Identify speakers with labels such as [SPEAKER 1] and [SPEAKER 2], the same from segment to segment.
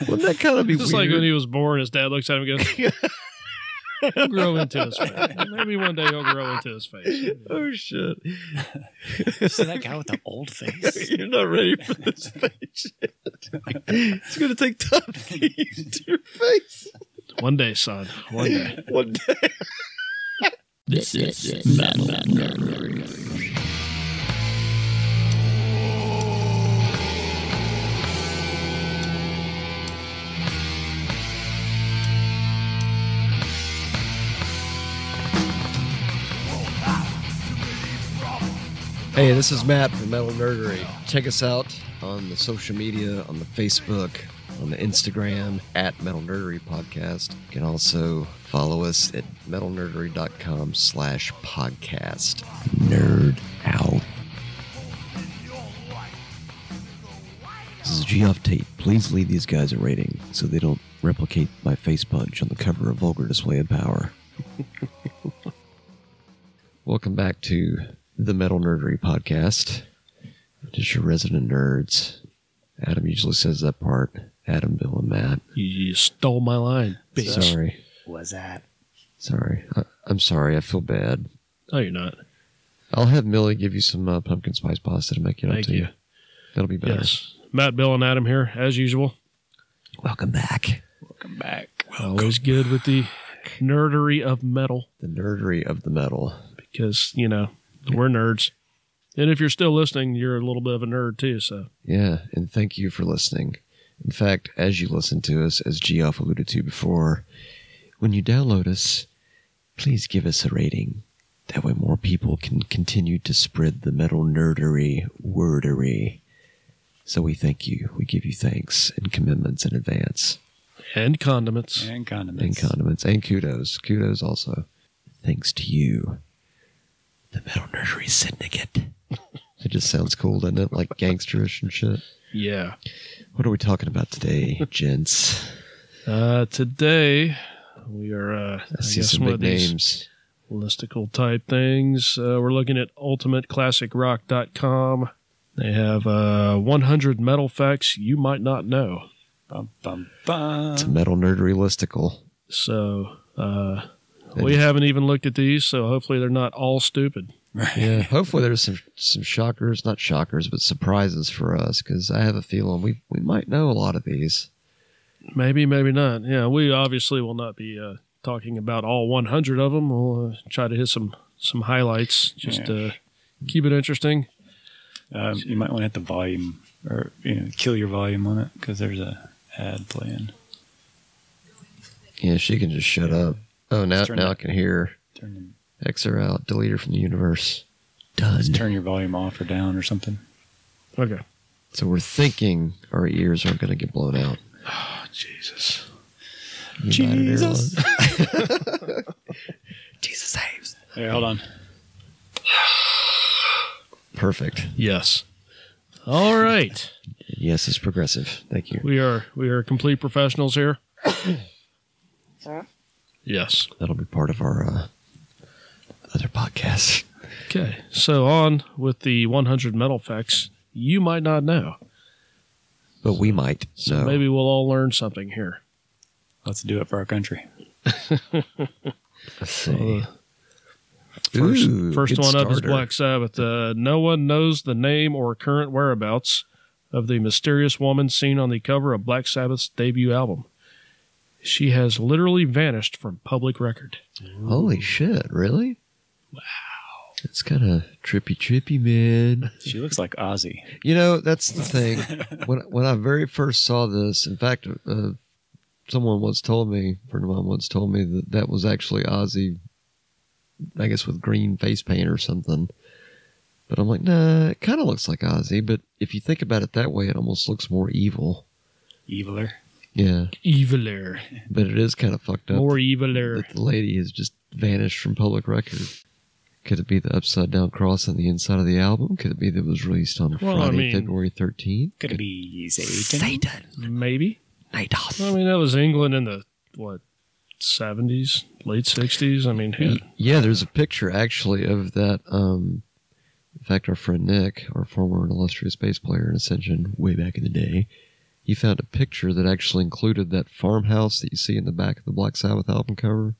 [SPEAKER 1] Wouldn't that kind of be
[SPEAKER 2] It's just
[SPEAKER 1] weird?
[SPEAKER 2] like when he was born, his dad looks at him and goes, He'll grow into his face. Maybe one day he'll grow into his face.
[SPEAKER 1] oh shit!
[SPEAKER 3] So that guy with the old face.
[SPEAKER 1] You're not ready for this face. yet. it's gonna take time to get used to your face.
[SPEAKER 2] One day, son. One day.
[SPEAKER 1] One day.
[SPEAKER 4] This is Metal Nerdery.
[SPEAKER 1] Hey, this is Matt from Metal Nerdery. Check us out on the social media, on the Facebook, on the Instagram at Metal Nerdery Podcast. You can also follow us at metalnerdery.com slash podcast. Nerd out. This is Geoff Tate. Please leave these guys a rating so they don't replicate my face punch on the cover of Vulgar Display of Power. Welcome back to the Metal Nerdery Podcast. Just your resident nerds. Adam usually says that part. Adam, Bill, and Matt.
[SPEAKER 2] You, you stole my line, bitch.
[SPEAKER 1] Sorry.
[SPEAKER 3] Was that?
[SPEAKER 1] Sorry. I, I'm sorry. I feel bad.
[SPEAKER 2] No, you're not.
[SPEAKER 1] I'll have Millie give you some uh, pumpkin spice pasta to make it up
[SPEAKER 2] Thank
[SPEAKER 1] to
[SPEAKER 2] you.
[SPEAKER 1] you. That'll be better.
[SPEAKER 2] Yes. Matt, Bill, and Adam here, as usual.
[SPEAKER 1] Welcome back.
[SPEAKER 3] Welcome back.
[SPEAKER 2] Always good with the nerdery of metal
[SPEAKER 1] The nerdery of the metal.
[SPEAKER 2] because, you know, we're nerds. And if you're still listening, you're a little bit of a nerd too. So
[SPEAKER 1] Yeah, and thank you for listening. In fact, as you listen to us, as Geoff alluded to before, when you download us, please give us a rating. That way, more people can continue to spread the metal nerdery, wordery. So we thank you. We give you thanks and commitments in advance,
[SPEAKER 2] and condiments.
[SPEAKER 3] And
[SPEAKER 1] and
[SPEAKER 3] condiments.
[SPEAKER 1] condiments, and kudos. Kudos also. Thanks to you, the Metal Nerdery Syndicate. it just sounds cool, doesn't it? Like gangsterish and shit.
[SPEAKER 2] Yeah.
[SPEAKER 1] What are we talking about today, gents?
[SPEAKER 2] Uh, today we are. Uh, I,
[SPEAKER 1] I, see
[SPEAKER 2] guess
[SPEAKER 1] some
[SPEAKER 2] one
[SPEAKER 1] big
[SPEAKER 2] of these
[SPEAKER 1] names.
[SPEAKER 2] listicle type things. Uh, we're looking at ultimateclassicrock.com. They have uh, 100 metal facts you might not know.
[SPEAKER 3] Bum, bum, bum.
[SPEAKER 1] It's a metal nerdery listicle.
[SPEAKER 2] So uh,
[SPEAKER 1] And-
[SPEAKER 2] we haven't even looked at these, so hopefully they're not all stupid.
[SPEAKER 3] Right.
[SPEAKER 1] Yeah, hopefully there's some some shockers, not shockers, but surprises for us because I have a feeling we we might know a lot of these.
[SPEAKER 2] Maybe, maybe not. Yeah, we obviously will not be uh, talking about all 100 of them. We'll uh, try to hit some some highlights just to keep it interesting.
[SPEAKER 3] Um, you might want to hit the volume or you know kill your volume on it because there's a ad playing.
[SPEAKER 1] Yeah, she can just shut up. Oh, now
[SPEAKER 3] Let's turn
[SPEAKER 1] now
[SPEAKER 3] that-
[SPEAKER 1] I can hear.
[SPEAKER 3] Turn,
[SPEAKER 1] X her out. Delete her from the universe. Done.
[SPEAKER 3] just turn your volume off or down or something.
[SPEAKER 2] Okay.
[SPEAKER 1] So we're thinking our ears aren't going to get blown out.
[SPEAKER 2] Jesus.
[SPEAKER 1] United
[SPEAKER 3] Jesus.
[SPEAKER 1] Airlines.
[SPEAKER 3] Jesus saves. Hey, hold on.
[SPEAKER 1] Perfect.
[SPEAKER 2] Yes. All right.
[SPEAKER 1] Yes, it's progressive. Thank you.
[SPEAKER 2] We are we are complete professionals here. yes.
[SPEAKER 1] That'll be part of our uh, other podcast.
[SPEAKER 2] Okay. So on with the 100 metal facts you might not know.
[SPEAKER 1] But we might. So
[SPEAKER 2] Maybe we'll all learn something here.
[SPEAKER 3] Let's do it for our country.
[SPEAKER 1] Let's see.
[SPEAKER 2] uh, First,
[SPEAKER 1] Ooh,
[SPEAKER 2] first
[SPEAKER 1] good
[SPEAKER 2] one up is
[SPEAKER 1] starter.
[SPEAKER 2] Black Sabbath. Uh, no one knows the name or current whereabouts of the mysterious woman seen on the cover of Black Sabbath's debut album. She has literally vanished from public record.
[SPEAKER 1] Holy shit! Really? Wow. It's kind of trippy, trippy, man.
[SPEAKER 3] She looks like Ozzy.
[SPEAKER 1] You know, that's the thing. when when I very first saw this, in fact, uh, someone once told me, a friend of mine once told me that that was actually Ozzy, I guess with green face paint or something. But I'm like, nah, it kind of looks like Ozzy. But if you think about it that way, it almost looks more evil.
[SPEAKER 3] Eviler.
[SPEAKER 1] Yeah,
[SPEAKER 2] Eviler.
[SPEAKER 1] but it is kind of fucked up.
[SPEAKER 2] More eviler.
[SPEAKER 1] that the lady has just vanished from public record. Could it be the upside down cross on the inside of the album? Could it be that it was released on
[SPEAKER 2] Well, I
[SPEAKER 1] Friday,
[SPEAKER 2] mean-
[SPEAKER 1] February 13th?
[SPEAKER 3] Could it be Satan?
[SPEAKER 2] Maybe.
[SPEAKER 1] Nightoff.
[SPEAKER 2] I mean, that was England in the what seventies, late sixties. I mean, who,
[SPEAKER 1] Yeah, there's a picture actually of that. Um, in fact, our friend Nick, our former and illustrious bass player in Ascension way back in the day, he he found a picture that actually included that farmhouse that you see in the back of the Black Sabbath album cover.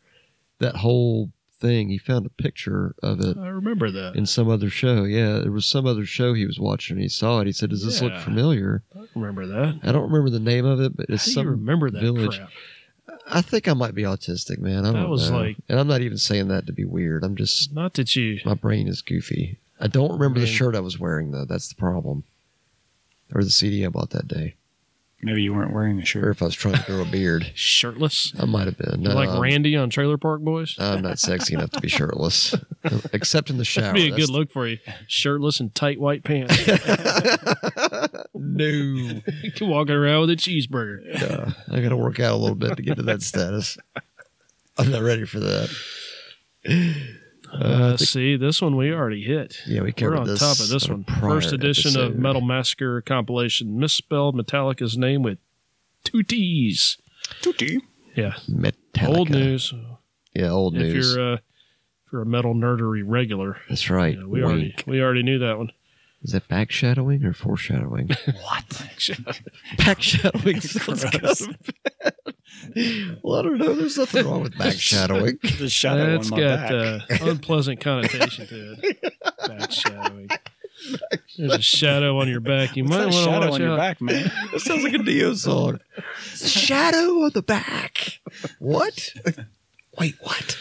[SPEAKER 1] That whole thing, he found a picture of it
[SPEAKER 2] I remember that.
[SPEAKER 1] in some other show. Yeah, there was some other show he was watching. and He saw it. He said, "Does this look
[SPEAKER 2] Yeah.
[SPEAKER 1] familiar?"
[SPEAKER 2] I remember that.
[SPEAKER 1] I don't remember the name of it, but
[SPEAKER 2] How
[SPEAKER 1] it's
[SPEAKER 2] do
[SPEAKER 1] some
[SPEAKER 2] you remember that
[SPEAKER 1] village.
[SPEAKER 2] crap?
[SPEAKER 1] I think I might be autistic, man. I
[SPEAKER 2] That
[SPEAKER 1] don't
[SPEAKER 2] was
[SPEAKER 1] know.
[SPEAKER 2] like-
[SPEAKER 1] and I'm not even saying that to be weird. I'm just
[SPEAKER 2] Not that you.
[SPEAKER 1] my brain is goofy. I don't remember the
[SPEAKER 2] Man.
[SPEAKER 1] shirt I was wearing though. That's the problem, or the CD I bought that day,
[SPEAKER 3] Maybe you weren't wearing a
[SPEAKER 1] or
[SPEAKER 3] shirt.
[SPEAKER 1] if I was trying to grow a beard,
[SPEAKER 2] Shirtless?
[SPEAKER 1] I might have been.
[SPEAKER 2] You're
[SPEAKER 1] No,
[SPEAKER 2] like
[SPEAKER 1] I'm,
[SPEAKER 2] Randy on Trailer Park Boys?
[SPEAKER 1] I'm not sexy enough to be shirtless, except in the shower.
[SPEAKER 2] That'd be a
[SPEAKER 1] That's
[SPEAKER 2] good look for you. Shirtless and tight white pants.
[SPEAKER 1] No,
[SPEAKER 2] Walking around with a cheeseburger.
[SPEAKER 1] Yeah, uh, I got to work out a little bit to get to that status. I'm not ready for that.
[SPEAKER 2] Uh, see, this one we already hit.
[SPEAKER 1] Yeah, we covered
[SPEAKER 2] We're on
[SPEAKER 1] this
[SPEAKER 2] top of this
[SPEAKER 1] on a
[SPEAKER 2] one.
[SPEAKER 1] prior
[SPEAKER 2] First edition of
[SPEAKER 1] episode.
[SPEAKER 2] Metal Massacre compilation. Misspelled Metallica's name with two T's.
[SPEAKER 3] Tootie.
[SPEAKER 2] Yeah,
[SPEAKER 1] Metallica.
[SPEAKER 2] old news.
[SPEAKER 1] Yeah, old
[SPEAKER 2] if
[SPEAKER 1] news.
[SPEAKER 2] you're uh, if you're a metal nerdery regular,
[SPEAKER 1] That's right.
[SPEAKER 2] yeah, we
[SPEAKER 1] Wink.
[SPEAKER 2] already we already knew that one.
[SPEAKER 1] Is that back shadowing or foreshadowing?
[SPEAKER 3] What?
[SPEAKER 1] back shadowing sounds kind of bad. Well, I don't know. There's nothing wrong with back shadowing.
[SPEAKER 3] the shadow
[SPEAKER 2] That's
[SPEAKER 3] on my
[SPEAKER 2] got
[SPEAKER 3] back.
[SPEAKER 2] uh, unpleasant connotation to it. Back shadowing. There's a shadow on your back. You
[SPEAKER 3] What's
[SPEAKER 2] might
[SPEAKER 3] that
[SPEAKER 2] want to
[SPEAKER 3] shadow
[SPEAKER 2] watch
[SPEAKER 3] on
[SPEAKER 2] out.
[SPEAKER 3] your back, man?
[SPEAKER 1] That sounds like a Dio song. Shadow on the back. What? Wait, what?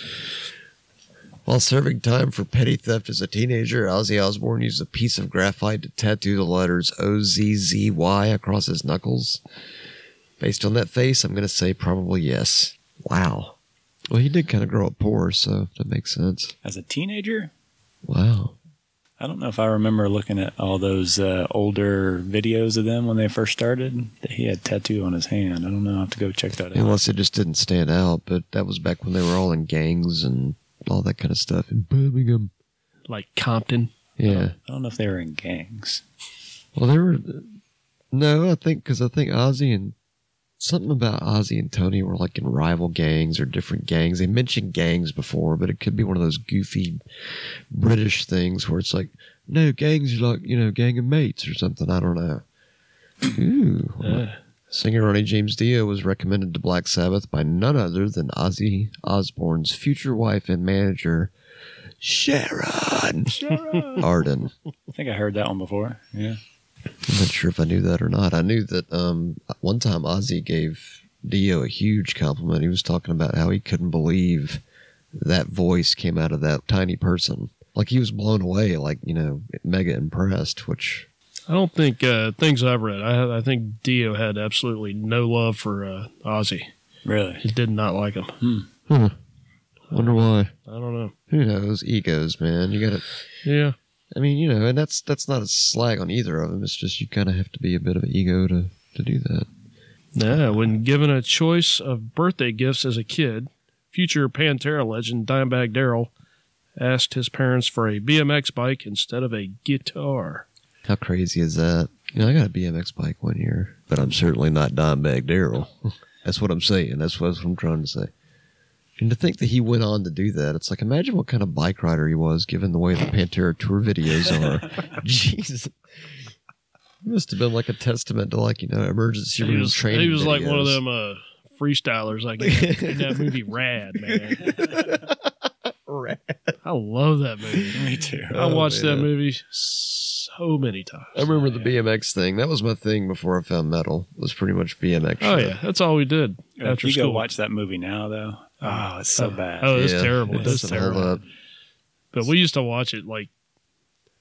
[SPEAKER 1] While serving time for petty theft as a teenager, Ozzy Osbourne used a piece of graphite to tattoo the letters OZZY across his knuckles. Based on that face, I'm going to say probably yes. Wow. Well, he did kind of grow up poor, so that makes sense.
[SPEAKER 3] As a teenager,
[SPEAKER 1] Wow.
[SPEAKER 3] I don't know if I remember looking at all those uh, older videos of them when they first started. That he had tattoo on his hand. I don't know. I have to go check that out.
[SPEAKER 1] Unless it just didn't stand out, but that was back when they were all in gangs and all that kind of stuff in Birmingham.
[SPEAKER 2] Like Compton.
[SPEAKER 1] Yeah.
[SPEAKER 3] I don't know if they were in gangs.
[SPEAKER 1] Well, they were. No, I think because I think Ozzy and something about Ozzy and Tony were like in rival gangs or different gangs. They mentioned gangs before, but it could be one of those goofy British things where it's like, no, gangs are like you know, gang of mates or something. I don't know. Ooh.
[SPEAKER 2] Yeah.
[SPEAKER 1] Singer Ronnie James Dio was recommended to Black Sabbath by none other than Ozzy Osbourne's future wife and manager, Sharon Arden.
[SPEAKER 3] I think I heard that one before. Yeah.
[SPEAKER 1] I'm not sure if I knew that or not. I knew that um, one time Ozzy gave Dio a huge compliment. He was talking about how he couldn't believe that voice came out of that tiny person. Like he was blown away, like, you know, mega impressed, which
[SPEAKER 2] I don't think uh, things I've read. I, I think Dio had absolutely no love for uh, Ozzy.
[SPEAKER 3] Really?
[SPEAKER 2] He did not like him.
[SPEAKER 1] wonder why.
[SPEAKER 2] I don't know.
[SPEAKER 1] Who knows? Egos, man. You gotta
[SPEAKER 2] Yeah,
[SPEAKER 1] I mean, you know, and that's that's not a slag on either of them. It's just you kinda have to be a bit of an ego to, to do that.
[SPEAKER 2] yeah. When given a choice of birthday gifts as a kid, future Pantera legend Dimebag Daryl asked his parents for a BMX bike instead of a guitar.
[SPEAKER 1] How crazy is that? You know, I got a BMX bike one year, but I'm certainly not Dimebag Daryl. That's what I'm saying. That's what, that's what I'm trying to say. And to think that he went on to do that, it's like imagine what kind of bike rider he was, given the way the Pantera tour videos are. Jesus, it must have been like a testament to like you know emergency
[SPEAKER 2] he
[SPEAKER 1] room
[SPEAKER 2] was,
[SPEAKER 1] training.
[SPEAKER 2] he was like one of
[SPEAKER 1] videos.
[SPEAKER 2] them uh, freestylers, like in, in that movie Rad. Man, I love that movie.
[SPEAKER 3] Me too.
[SPEAKER 2] I
[SPEAKER 1] Oh,
[SPEAKER 2] watched that
[SPEAKER 1] man.
[SPEAKER 2] movie so many times.
[SPEAKER 1] I remember the BMX thing. That was my thing before I found metal. Was pretty much BMX.
[SPEAKER 2] Oh
[SPEAKER 1] shit.
[SPEAKER 2] yeah, that's all we did
[SPEAKER 3] if
[SPEAKER 2] after
[SPEAKER 3] you
[SPEAKER 2] school.
[SPEAKER 3] go watch that movie now, though, oh, it's so bad.
[SPEAKER 2] Oh, it's
[SPEAKER 1] Yeah,
[SPEAKER 2] terrible.
[SPEAKER 1] it
[SPEAKER 2] It's
[SPEAKER 1] doesn't hold
[SPEAKER 2] terrible.
[SPEAKER 1] up.
[SPEAKER 2] But we used to watch it like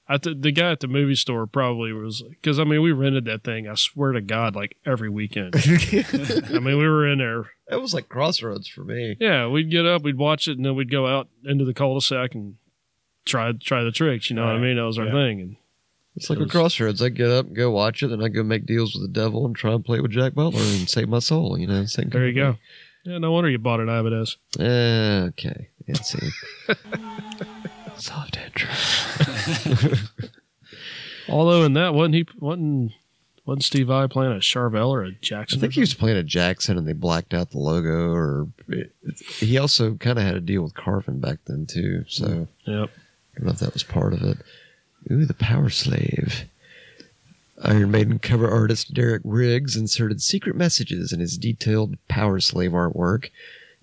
[SPEAKER 2] I th- the guy at the movie store probably was because I mean we rented that thing. I swear to God, like every weekend.
[SPEAKER 3] Oh.
[SPEAKER 2] I mean we were in there.
[SPEAKER 1] That was like crossroads for me.
[SPEAKER 2] Yeah, we'd get up, we'd watch it, and then we'd go out into the cul-de-sac and try try the tricks. You know what I
[SPEAKER 3] Right.
[SPEAKER 2] mean? That was our
[SPEAKER 3] Yeah.
[SPEAKER 2] thing. And
[SPEAKER 1] It's like
[SPEAKER 2] It
[SPEAKER 1] a
[SPEAKER 2] was-
[SPEAKER 1] crossroads. I get up and go watch it, then I go make deals with the devil and try and play with Jack Butler and save my soul. You know, same
[SPEAKER 2] there you go. Yeah, no wonder you bought an Ibanez.
[SPEAKER 1] go. Uh, okay, let's see. Soft intro.
[SPEAKER 2] Although in that wasn't he wasn't wasn't Steve I playing a Charvel or a
[SPEAKER 1] I
[SPEAKER 2] Jackson?
[SPEAKER 1] think he was playing at Jackson, and they blacked out the logo. Or it, he also kind of had a deal with Carvin back then too. So
[SPEAKER 2] Yep.
[SPEAKER 1] I don't know if that was part of it. Ooh, the power slave. Iron Maiden cover artist Derek Riggs inserted secret messages in his detailed power slave artwork,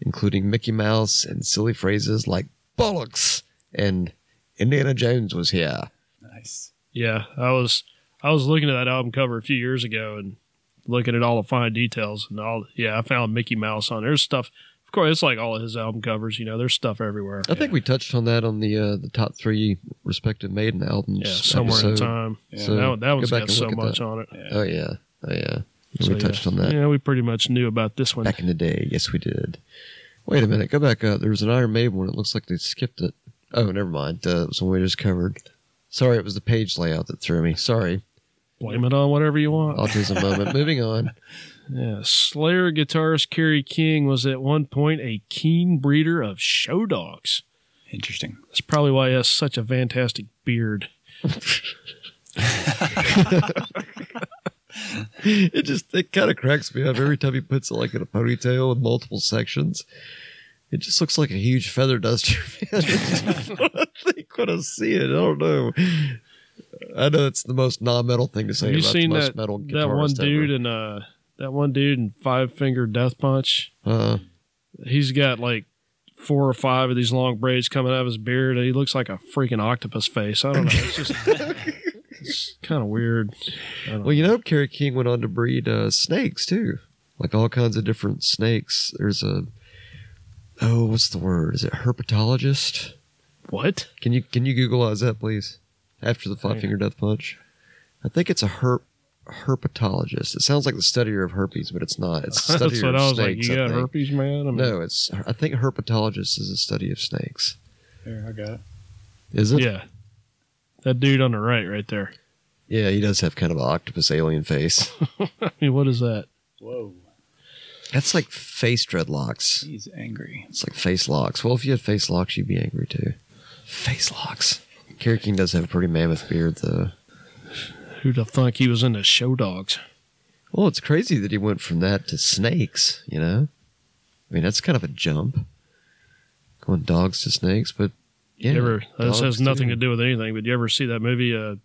[SPEAKER 1] including Mickey Mouse and silly phrases like bollocks and Indiana Jones was here.
[SPEAKER 3] Nice.
[SPEAKER 2] Yeah, I was I was looking at that album cover a few years ago and looking at all the fine details and all. Yeah, I found Mickey Mouse on. There's stuff. Of course, it's like all of his album covers. You know, there's stuff everywhere.
[SPEAKER 1] I think we touched on that on the uh, the top three respective Maiden albums.
[SPEAKER 2] Yeah, somewhere in
[SPEAKER 1] episode.
[SPEAKER 2] time.
[SPEAKER 3] Yeah.
[SPEAKER 1] So,
[SPEAKER 2] that, that one's
[SPEAKER 1] go back
[SPEAKER 2] got
[SPEAKER 1] and
[SPEAKER 2] so
[SPEAKER 1] look at
[SPEAKER 2] much
[SPEAKER 1] that.
[SPEAKER 2] on it.
[SPEAKER 3] Yeah.
[SPEAKER 1] Oh yeah, oh yeah.
[SPEAKER 2] So,
[SPEAKER 1] we touched
[SPEAKER 2] yeah.
[SPEAKER 1] on that
[SPEAKER 2] Yeah, we pretty much knew about this one.
[SPEAKER 1] back in the day. Yes, we did. Wait a minute, go back up. There was an Iron Maiden one. It looks like they skipped it. Oh, never mind. Uh, it was the one we just covered. Sorry, it was the page layout that threw me. Sorry.
[SPEAKER 2] Blame it on whatever you want.
[SPEAKER 1] Autism moment. Moving on.
[SPEAKER 2] Yeah, Slayer guitarist Kerry King was at one point a keen breeder of show dogs.
[SPEAKER 3] Interesting.
[SPEAKER 2] That's probably why he has such a fantastic beard.
[SPEAKER 1] It just it kind of cracks me up every time he puts it like in a ponytail with multiple sections. It just looks like a huge feather duster. Man. I think when I see it, I don't know. I know it's the most non-metal thing to say.
[SPEAKER 2] Have you
[SPEAKER 1] about
[SPEAKER 2] seen
[SPEAKER 1] the most
[SPEAKER 2] that
[SPEAKER 1] metal
[SPEAKER 2] that one
[SPEAKER 1] guitarist
[SPEAKER 2] dude in uh that one dude in Five Finger Death Punch?
[SPEAKER 1] Ever. Uh,
[SPEAKER 2] He's got like four or five of these long braids coming out of his beard. and He looks like a freaking octopus face. I don't know. It's just it's kind of weird. I don't
[SPEAKER 1] Well, you know, Kerry King went on to breed uh, snakes too, like all kinds of different snakes. There's a oh, what's the word? Is it herpetologist?
[SPEAKER 2] what?
[SPEAKER 1] Can you can you Googleize that, please? After the five
[SPEAKER 2] Yeah.
[SPEAKER 1] finger death punch, I think it's a herp herpetologist. It sounds like the studier of herpes, but it's not. It's studier
[SPEAKER 2] That's what
[SPEAKER 1] of
[SPEAKER 2] I was
[SPEAKER 1] snakes.
[SPEAKER 2] like. You
[SPEAKER 1] I
[SPEAKER 2] got
[SPEAKER 1] think.
[SPEAKER 2] herpes, man? I mean,
[SPEAKER 1] No, it's I think herpetologist is a study of snakes.
[SPEAKER 3] There, I got it.
[SPEAKER 1] Is it?
[SPEAKER 2] Yeah. That dude on the right, right there.
[SPEAKER 1] Yeah, he does have kind of an octopus alien face.
[SPEAKER 2] I mean, what is that?
[SPEAKER 3] Whoa.
[SPEAKER 1] That's like face dreadlocks.
[SPEAKER 3] He's angry.
[SPEAKER 1] It's like face locks. Well, if you had face locks, you'd be angry too. Face locks. Kerry King does have a pretty mammoth beard, though.
[SPEAKER 2] Who'd have thunk he was into show dogs?
[SPEAKER 1] Well, it's crazy that he went from that to snakes, you know? I mean, that's kind of a jump. Going dogs to snakes, but yeah.
[SPEAKER 2] you ever,
[SPEAKER 1] dogs
[SPEAKER 2] this has nothing
[SPEAKER 1] too.
[SPEAKER 2] to do with anything, but you ever see that movie, uh,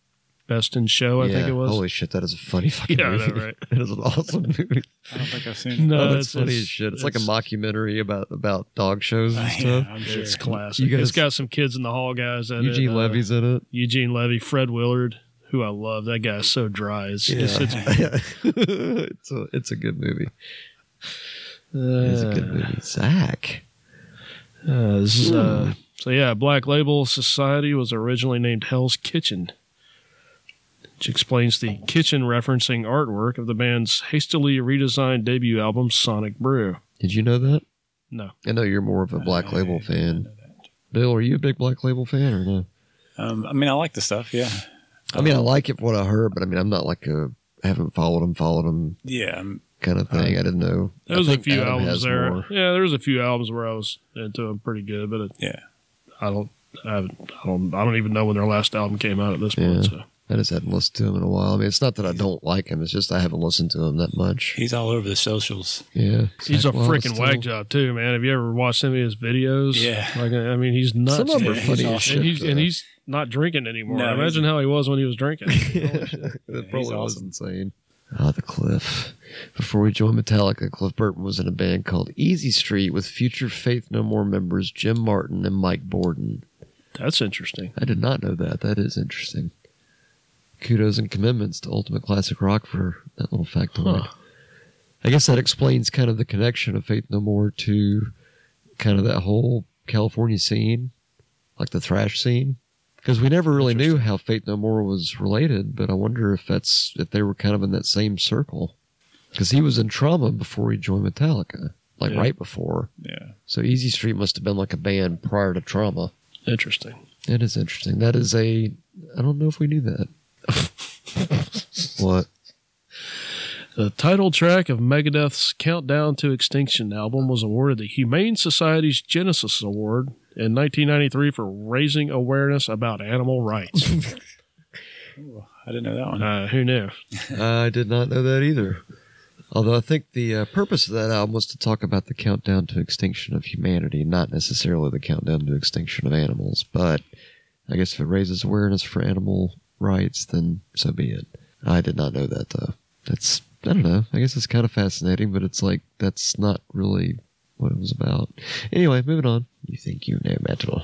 [SPEAKER 2] Best in Show, Oh, I think
[SPEAKER 1] Yeah.
[SPEAKER 2] it was?
[SPEAKER 1] Holy shit, that is a funny fucking
[SPEAKER 2] Yeah, I know,
[SPEAKER 1] movie.
[SPEAKER 2] right?
[SPEAKER 1] that is an awesome movie.
[SPEAKER 3] I don't think I've seen
[SPEAKER 2] no,
[SPEAKER 1] oh, that's
[SPEAKER 2] it's,
[SPEAKER 1] funny
[SPEAKER 2] it's-
[SPEAKER 1] as shit. It's, like a mockumentary about, about dog shows and stuff.
[SPEAKER 3] I'm sure.
[SPEAKER 2] It's classic.
[SPEAKER 1] You guys-
[SPEAKER 2] it's got some kids in the hall guys. In
[SPEAKER 1] Eugene
[SPEAKER 2] it, uh,
[SPEAKER 1] Levy's in it.
[SPEAKER 2] Eugene Levy, Fred Willard, who I love. That guy's so dry. It's, it's, it's,
[SPEAKER 1] it's, a, it's a good movie. It's a good movie. Zach.
[SPEAKER 2] Uh, this is,
[SPEAKER 1] Hmm.
[SPEAKER 2] uh, so yeah, Black Label Society was originally named Hell's Kitchen, which explains the kitchen referencing artwork of the band's hastily redesigned debut album Sonic Brew.
[SPEAKER 1] Did you know that?
[SPEAKER 2] No.
[SPEAKER 1] I know you're more of a Black Label fan. Bill, are you a big Black Label fan or no?
[SPEAKER 3] Um, I mean, I like the stuff. Yeah.
[SPEAKER 1] I
[SPEAKER 2] Uh,
[SPEAKER 1] mean, I like it for what I heard, but I mean, I'm not like a I haven't followed them, followed them
[SPEAKER 3] Yeah. um,
[SPEAKER 1] kind of
[SPEAKER 2] Uh-huh.
[SPEAKER 1] thing. I didn't know.
[SPEAKER 2] There
[SPEAKER 1] I
[SPEAKER 2] was a
[SPEAKER 1] think
[SPEAKER 2] few
[SPEAKER 1] Adam has
[SPEAKER 2] albums there.
[SPEAKER 1] more.
[SPEAKER 2] Yeah, there was a few albums where I was into them pretty good, but it,
[SPEAKER 3] Yeah.
[SPEAKER 2] I don't, I, haven't- I don't, I don't even know when their last album came out at this
[SPEAKER 1] Yeah.
[SPEAKER 2] point. So.
[SPEAKER 1] I just hadn't listened to them in a while. I mean, it's not that I don't like them; it's just I haven't listened to them that much.
[SPEAKER 3] He's all over the socials.
[SPEAKER 1] Yeah,
[SPEAKER 2] He's a
[SPEAKER 1] Zach Wild
[SPEAKER 2] freaking
[SPEAKER 1] still-
[SPEAKER 2] wag job too, man. Have you ever watched any of his videos?
[SPEAKER 3] Yeah.
[SPEAKER 2] like I mean, he's nuts.
[SPEAKER 1] Some of them
[SPEAKER 2] man.
[SPEAKER 1] are
[SPEAKER 3] He's
[SPEAKER 1] funny as
[SPEAKER 3] awesome.
[SPEAKER 1] shit.
[SPEAKER 2] and he's
[SPEAKER 1] though.
[SPEAKER 2] and he's not drinking anymore.
[SPEAKER 3] No,
[SPEAKER 2] Imagine how he was when he was drinking.
[SPEAKER 1] That
[SPEAKER 3] he's
[SPEAKER 1] probably was
[SPEAKER 3] awesome.
[SPEAKER 1] insane. Ah, the Cliff. Before we joined Metallica, Cliff Burton was in a band called Easy Street with future Faith No More members Jim Martin and Mike Borden.
[SPEAKER 2] That's interesting.
[SPEAKER 1] I did not know that. That is interesting. Kudos and commitments to Ultimate Classic Rock for that little factoid.
[SPEAKER 2] Huh.
[SPEAKER 1] I guess that explains kind of the connection of Faith No More to kind of that whole California scene, like the thrash scene. Because we never really knew how Faith No More was related, but I wonder if that's if they were kind of in that same circle. Because he was in trauma before he joined Metallica, like
[SPEAKER 2] Yeah.
[SPEAKER 1] right before.
[SPEAKER 3] Yeah.
[SPEAKER 1] So Easy Street must have been like a band prior to trauma.
[SPEAKER 2] Interesting.
[SPEAKER 1] That is interesting. That is a. I don't know if we knew that. what?
[SPEAKER 2] The title track of Megadeth's Countdown to Extinction album was awarded the Humane Society's Genesis Award in 1993 for raising awareness about animal rights.
[SPEAKER 3] Ooh, I didn't know that one.
[SPEAKER 2] uh, who knew?
[SPEAKER 1] I did not know that either. Although I think the uh, purpose of that album was to talk about the countdown to extinction of humanity, not necessarily the countdown to extinction of animals. But I guess if it raises awareness for animal rights, then so be it. I did not know that though. That's I don't know. I guess it's kind of fascinating, but it's like that's not really what it was about. Anyway, moving on. You think you know metal?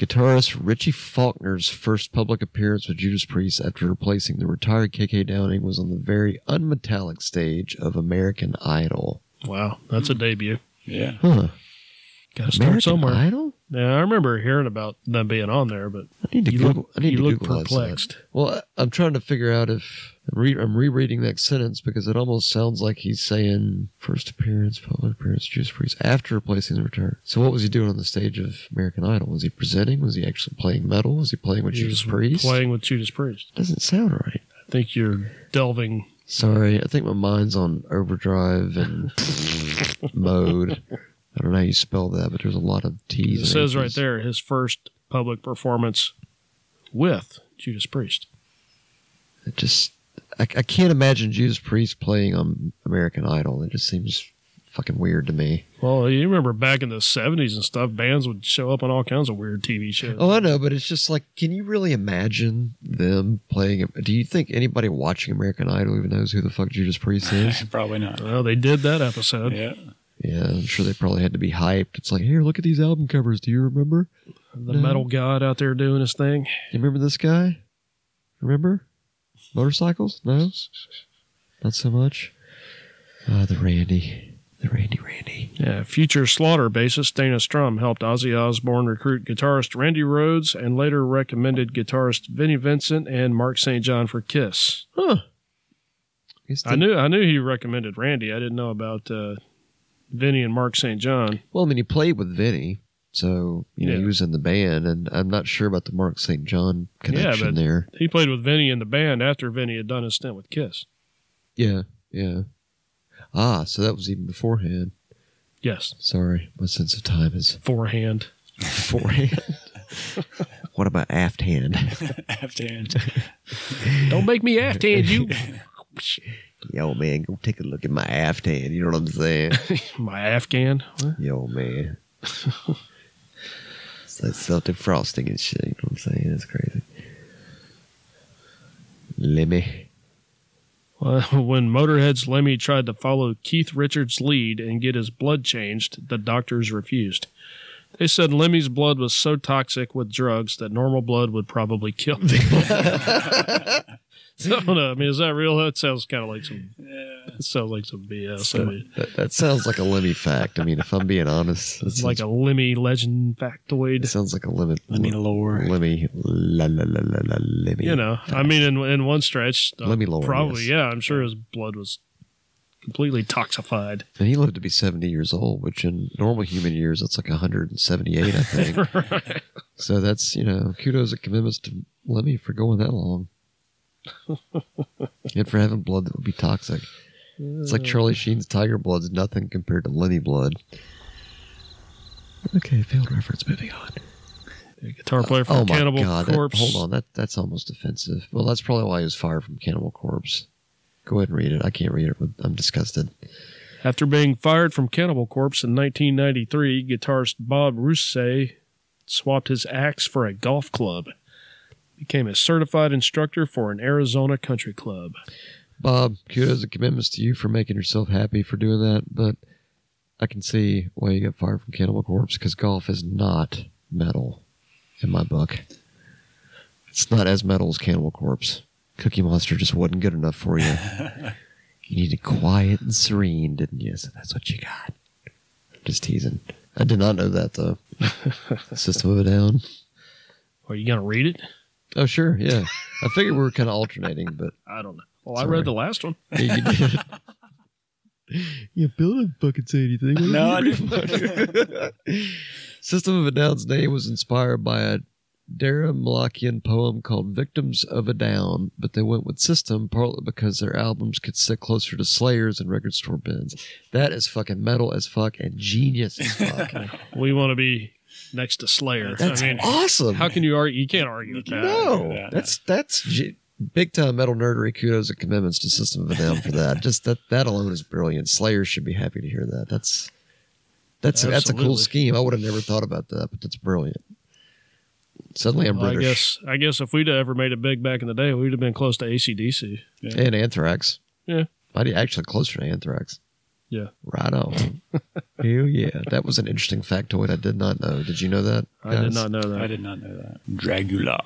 [SPEAKER 1] Guitarist Richie Faulkner's first public appearance with Judas Priest after replacing the retired KK Downing was on the very unmetallic stage of American Idol.
[SPEAKER 2] Wow, that's a debut.
[SPEAKER 3] Yeah.
[SPEAKER 1] Huh?
[SPEAKER 2] Got to
[SPEAKER 1] American
[SPEAKER 2] start somewhere.
[SPEAKER 1] Idol?
[SPEAKER 2] Yeah, I remember hearing about them being on there, but
[SPEAKER 1] I need to
[SPEAKER 2] You look-
[SPEAKER 1] Google. I need
[SPEAKER 2] you
[SPEAKER 1] to
[SPEAKER 2] look
[SPEAKER 1] Google that sentence.
[SPEAKER 2] perplexed.
[SPEAKER 1] Well, I- I'm trying to figure out if I'm, re- I'm rereading that sentence because it almost sounds like he's saying first appearance, public appearance, Judas Priest after replacing the return. So what was he doing on the stage of American Idol? Was he presenting? Was he actually playing metal? Was he playing with
[SPEAKER 2] he
[SPEAKER 1] Judas
[SPEAKER 2] was
[SPEAKER 1] Priest?
[SPEAKER 2] playing with Judas Priest.
[SPEAKER 1] Doesn't sound right.
[SPEAKER 2] I think you're delving.
[SPEAKER 1] Sorry, I think my mind's on overdrive and mode. I don't know how you spell that, but there's a lot of T's.
[SPEAKER 2] It
[SPEAKER 1] and
[SPEAKER 2] says right
[SPEAKER 1] H's.
[SPEAKER 2] there his first public performance with Judas Priest.
[SPEAKER 1] It just I, I can't imagine Judas Priest playing on American Idol. It just seems fucking weird to me.
[SPEAKER 2] Well, you remember back in the '70s and stuff, bands would show up on all kinds of weird TV shows.
[SPEAKER 1] Oh, I know, but it's just like, can you really imagine them playing? Do you think anybody watching American Idol even knows who the fuck Judas Priest is?
[SPEAKER 3] Probably not.
[SPEAKER 2] Well, they did that episode.
[SPEAKER 3] Yeah.
[SPEAKER 1] yeah, I'm sure they probably had to be hyped. It's like, here, look at these album covers. Do you remember?
[SPEAKER 2] The
[SPEAKER 1] No.
[SPEAKER 2] metal god out there doing his thing.
[SPEAKER 1] You remember this guy? Remember? Motorcycles? No? Not so much. Ah, the Randy. The Randy Randy.
[SPEAKER 2] Yeah, future Slaughter bassist Dana Strum helped Ozzy Osbourne recruit guitarist Randy Rhodes and later recommended guitarist Vinnie Vincent and Mark St. John for Kiss.
[SPEAKER 1] He's the-
[SPEAKER 2] I knew I knew he recommended Randy. I didn't know about uh, Vinnie and Mark St. John.
[SPEAKER 1] Well, I mean, he played with Vinny, so you know
[SPEAKER 2] Yeah.
[SPEAKER 1] he was in the band, and I'm not sure about the Mark St. John connection
[SPEAKER 2] but-
[SPEAKER 1] there.
[SPEAKER 2] He played with Vinnie in the band after Vinnie had done his stint with Kiss.
[SPEAKER 1] Yeah, yeah. Ah, so that was even beforehand.
[SPEAKER 2] Yes,
[SPEAKER 1] Sorry, my sense of time is
[SPEAKER 2] forehand.
[SPEAKER 1] beforehand. what about aft hand?
[SPEAKER 3] After
[SPEAKER 2] Don't make me after you.
[SPEAKER 1] Yo, man, go take a look at my aft hand. You know what I'm saying?
[SPEAKER 2] My Afghan.
[SPEAKER 1] Yo, man. it's like self frosting and shit. You know what I'm saying? It's crazy. Lemmy.
[SPEAKER 2] Well, Uh, when Motorhead's Lemmy tried to follow Keith Richards' lead and get his blood changed, the doctors refused. They said Lemmy's blood was so toxic with drugs that normal blood would probably kill him. so, I don't know. I mean, is that real? That sounds kind of like some. That sounds like some BS. I mean,
[SPEAKER 1] That, that sounds like a Lemmy fact. I mean, if I'm being honest,
[SPEAKER 2] it's
[SPEAKER 1] it's
[SPEAKER 2] like a Lemmy legend
[SPEAKER 1] It
[SPEAKER 2] factoid.
[SPEAKER 1] sounds like a limit.
[SPEAKER 3] I need a lore.
[SPEAKER 1] Lemmy. La, la, la, la, la, Lemmy.
[SPEAKER 2] You know, I mean, in in one stretch, uh,
[SPEAKER 1] Lemmy lore,
[SPEAKER 2] probably.
[SPEAKER 1] yes.
[SPEAKER 2] Yeah, I'm sure his blood was completely toxified.
[SPEAKER 1] And he lived to be 70 years old, which in normal human years, that's like 178, I think.
[SPEAKER 2] Right.
[SPEAKER 1] so that's, you know, kudos and commitments to Lemmy for going that long. and for having blood that would be toxic. It's like Charlie Sheen's Tiger Blood's nothing compared to Lemmy Blood. Okay, failed reference. Moving on.
[SPEAKER 2] guitar player from Cannibal
[SPEAKER 1] Oh that-
[SPEAKER 2] Corpse.
[SPEAKER 1] hold on, that that's almost offensive. Well, that's probably why he was fired from Cannibal Corpse. Go ahead and read it. I can't read it. But I'm disgusted.
[SPEAKER 2] After being fired from Cannibal Corpse in 1993, guitarist Bob Rousset swapped his axe for a golf club. Became a certified instructor for an Arizona country club.
[SPEAKER 1] Bob, kudos and commitments to you for making yourself happy for doing that. But I can see why you got fired from Cannibal Corpse because golf is not metal in my book. It's not as metal as Cannibal Corpse. Cookie Monster just wasn't good enough for you. you needed quiet and serene, didn't you? So that's what you got. I'm just teasing. I did not know that though. System of a Down.
[SPEAKER 2] Are you gonna read it?
[SPEAKER 1] Oh sure, yeah. I figured we were kind of alternating, but
[SPEAKER 2] I don't know. Well, I
[SPEAKER 1] Sorry.
[SPEAKER 2] read the last one.
[SPEAKER 1] yeah, you did. yeah, Bill didn't fucking say anything. What
[SPEAKER 3] No, I
[SPEAKER 1] did you
[SPEAKER 3] didn't.
[SPEAKER 1] System of a Down's name was inspired by a Dara Malakian poem called Victims of a Down, but they went with System partly because their albums could sit closer to Slayers and record store bins. That is fucking metal as fuck and genius as fuck.
[SPEAKER 2] We want to be next to Slayer.
[SPEAKER 1] That's
[SPEAKER 2] I mean,
[SPEAKER 1] awesome.
[SPEAKER 2] how can you argue? You can't argue with that.
[SPEAKER 1] no,
[SPEAKER 3] Yeah.
[SPEAKER 1] that's that's ge- big time metal nerdery. Kudos and commitments to System of a Down for that. Just that that alone is brilliant. Slayer should be happy to hear that. That's that's that's a cool
[SPEAKER 2] Absolutely.
[SPEAKER 1] scheme. I would have never thought about that, but that's brilliant. Suddenly I'm
[SPEAKER 2] Well, I
[SPEAKER 1] British.
[SPEAKER 2] guess I guess if we'd have ever made it big back in the day, we'd have been close to ACDC.
[SPEAKER 1] And Anthrax.
[SPEAKER 2] Yeah.
[SPEAKER 1] Might be actually closer to Anthrax.
[SPEAKER 2] Yeah.
[SPEAKER 1] Right on. Hell yeah. That was an interesting factoid I did not know. Did you know that?
[SPEAKER 2] I did
[SPEAKER 1] guys?
[SPEAKER 2] not know that.
[SPEAKER 3] I did not know that. Dragula.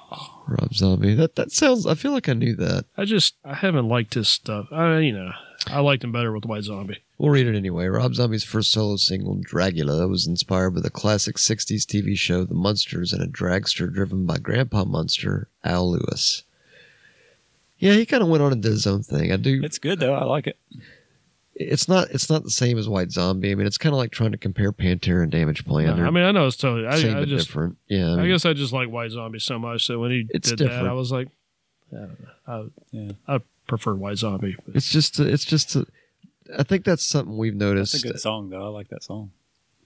[SPEAKER 1] Rob Zombie. That that sounds I feel like I knew that.
[SPEAKER 2] I just I haven't liked his stuff. I you know I liked him better with White Zombie.
[SPEAKER 1] We'll read it anyway. Rob Zombie's first solo single, Dragula, was inspired by the classic 60s TV show The Munsters and a dragster driven by Grandpa Munster, Al Lewis. Yeah, he kind of went on and did his own thing. I do.
[SPEAKER 3] It's good though. I like it.
[SPEAKER 1] It's not. It's not the same as White Zombie. I mean, it's kind of like trying to compare Pantera and Damage Plan.
[SPEAKER 2] No, I mean I know it's totally.
[SPEAKER 1] same
[SPEAKER 2] I, I
[SPEAKER 1] but
[SPEAKER 2] just
[SPEAKER 1] different. Yeah,
[SPEAKER 2] I,
[SPEAKER 1] mean,
[SPEAKER 2] guess I just like White Zombie so much that when he
[SPEAKER 1] It's
[SPEAKER 2] did that,
[SPEAKER 1] different.
[SPEAKER 2] I was like, I don't know. I,
[SPEAKER 3] Yeah.
[SPEAKER 2] I prefer White Zombie.
[SPEAKER 1] It's just. It's just. I think that's something we've
[SPEAKER 3] That's
[SPEAKER 1] noticed.
[SPEAKER 3] a good song though. I like that song.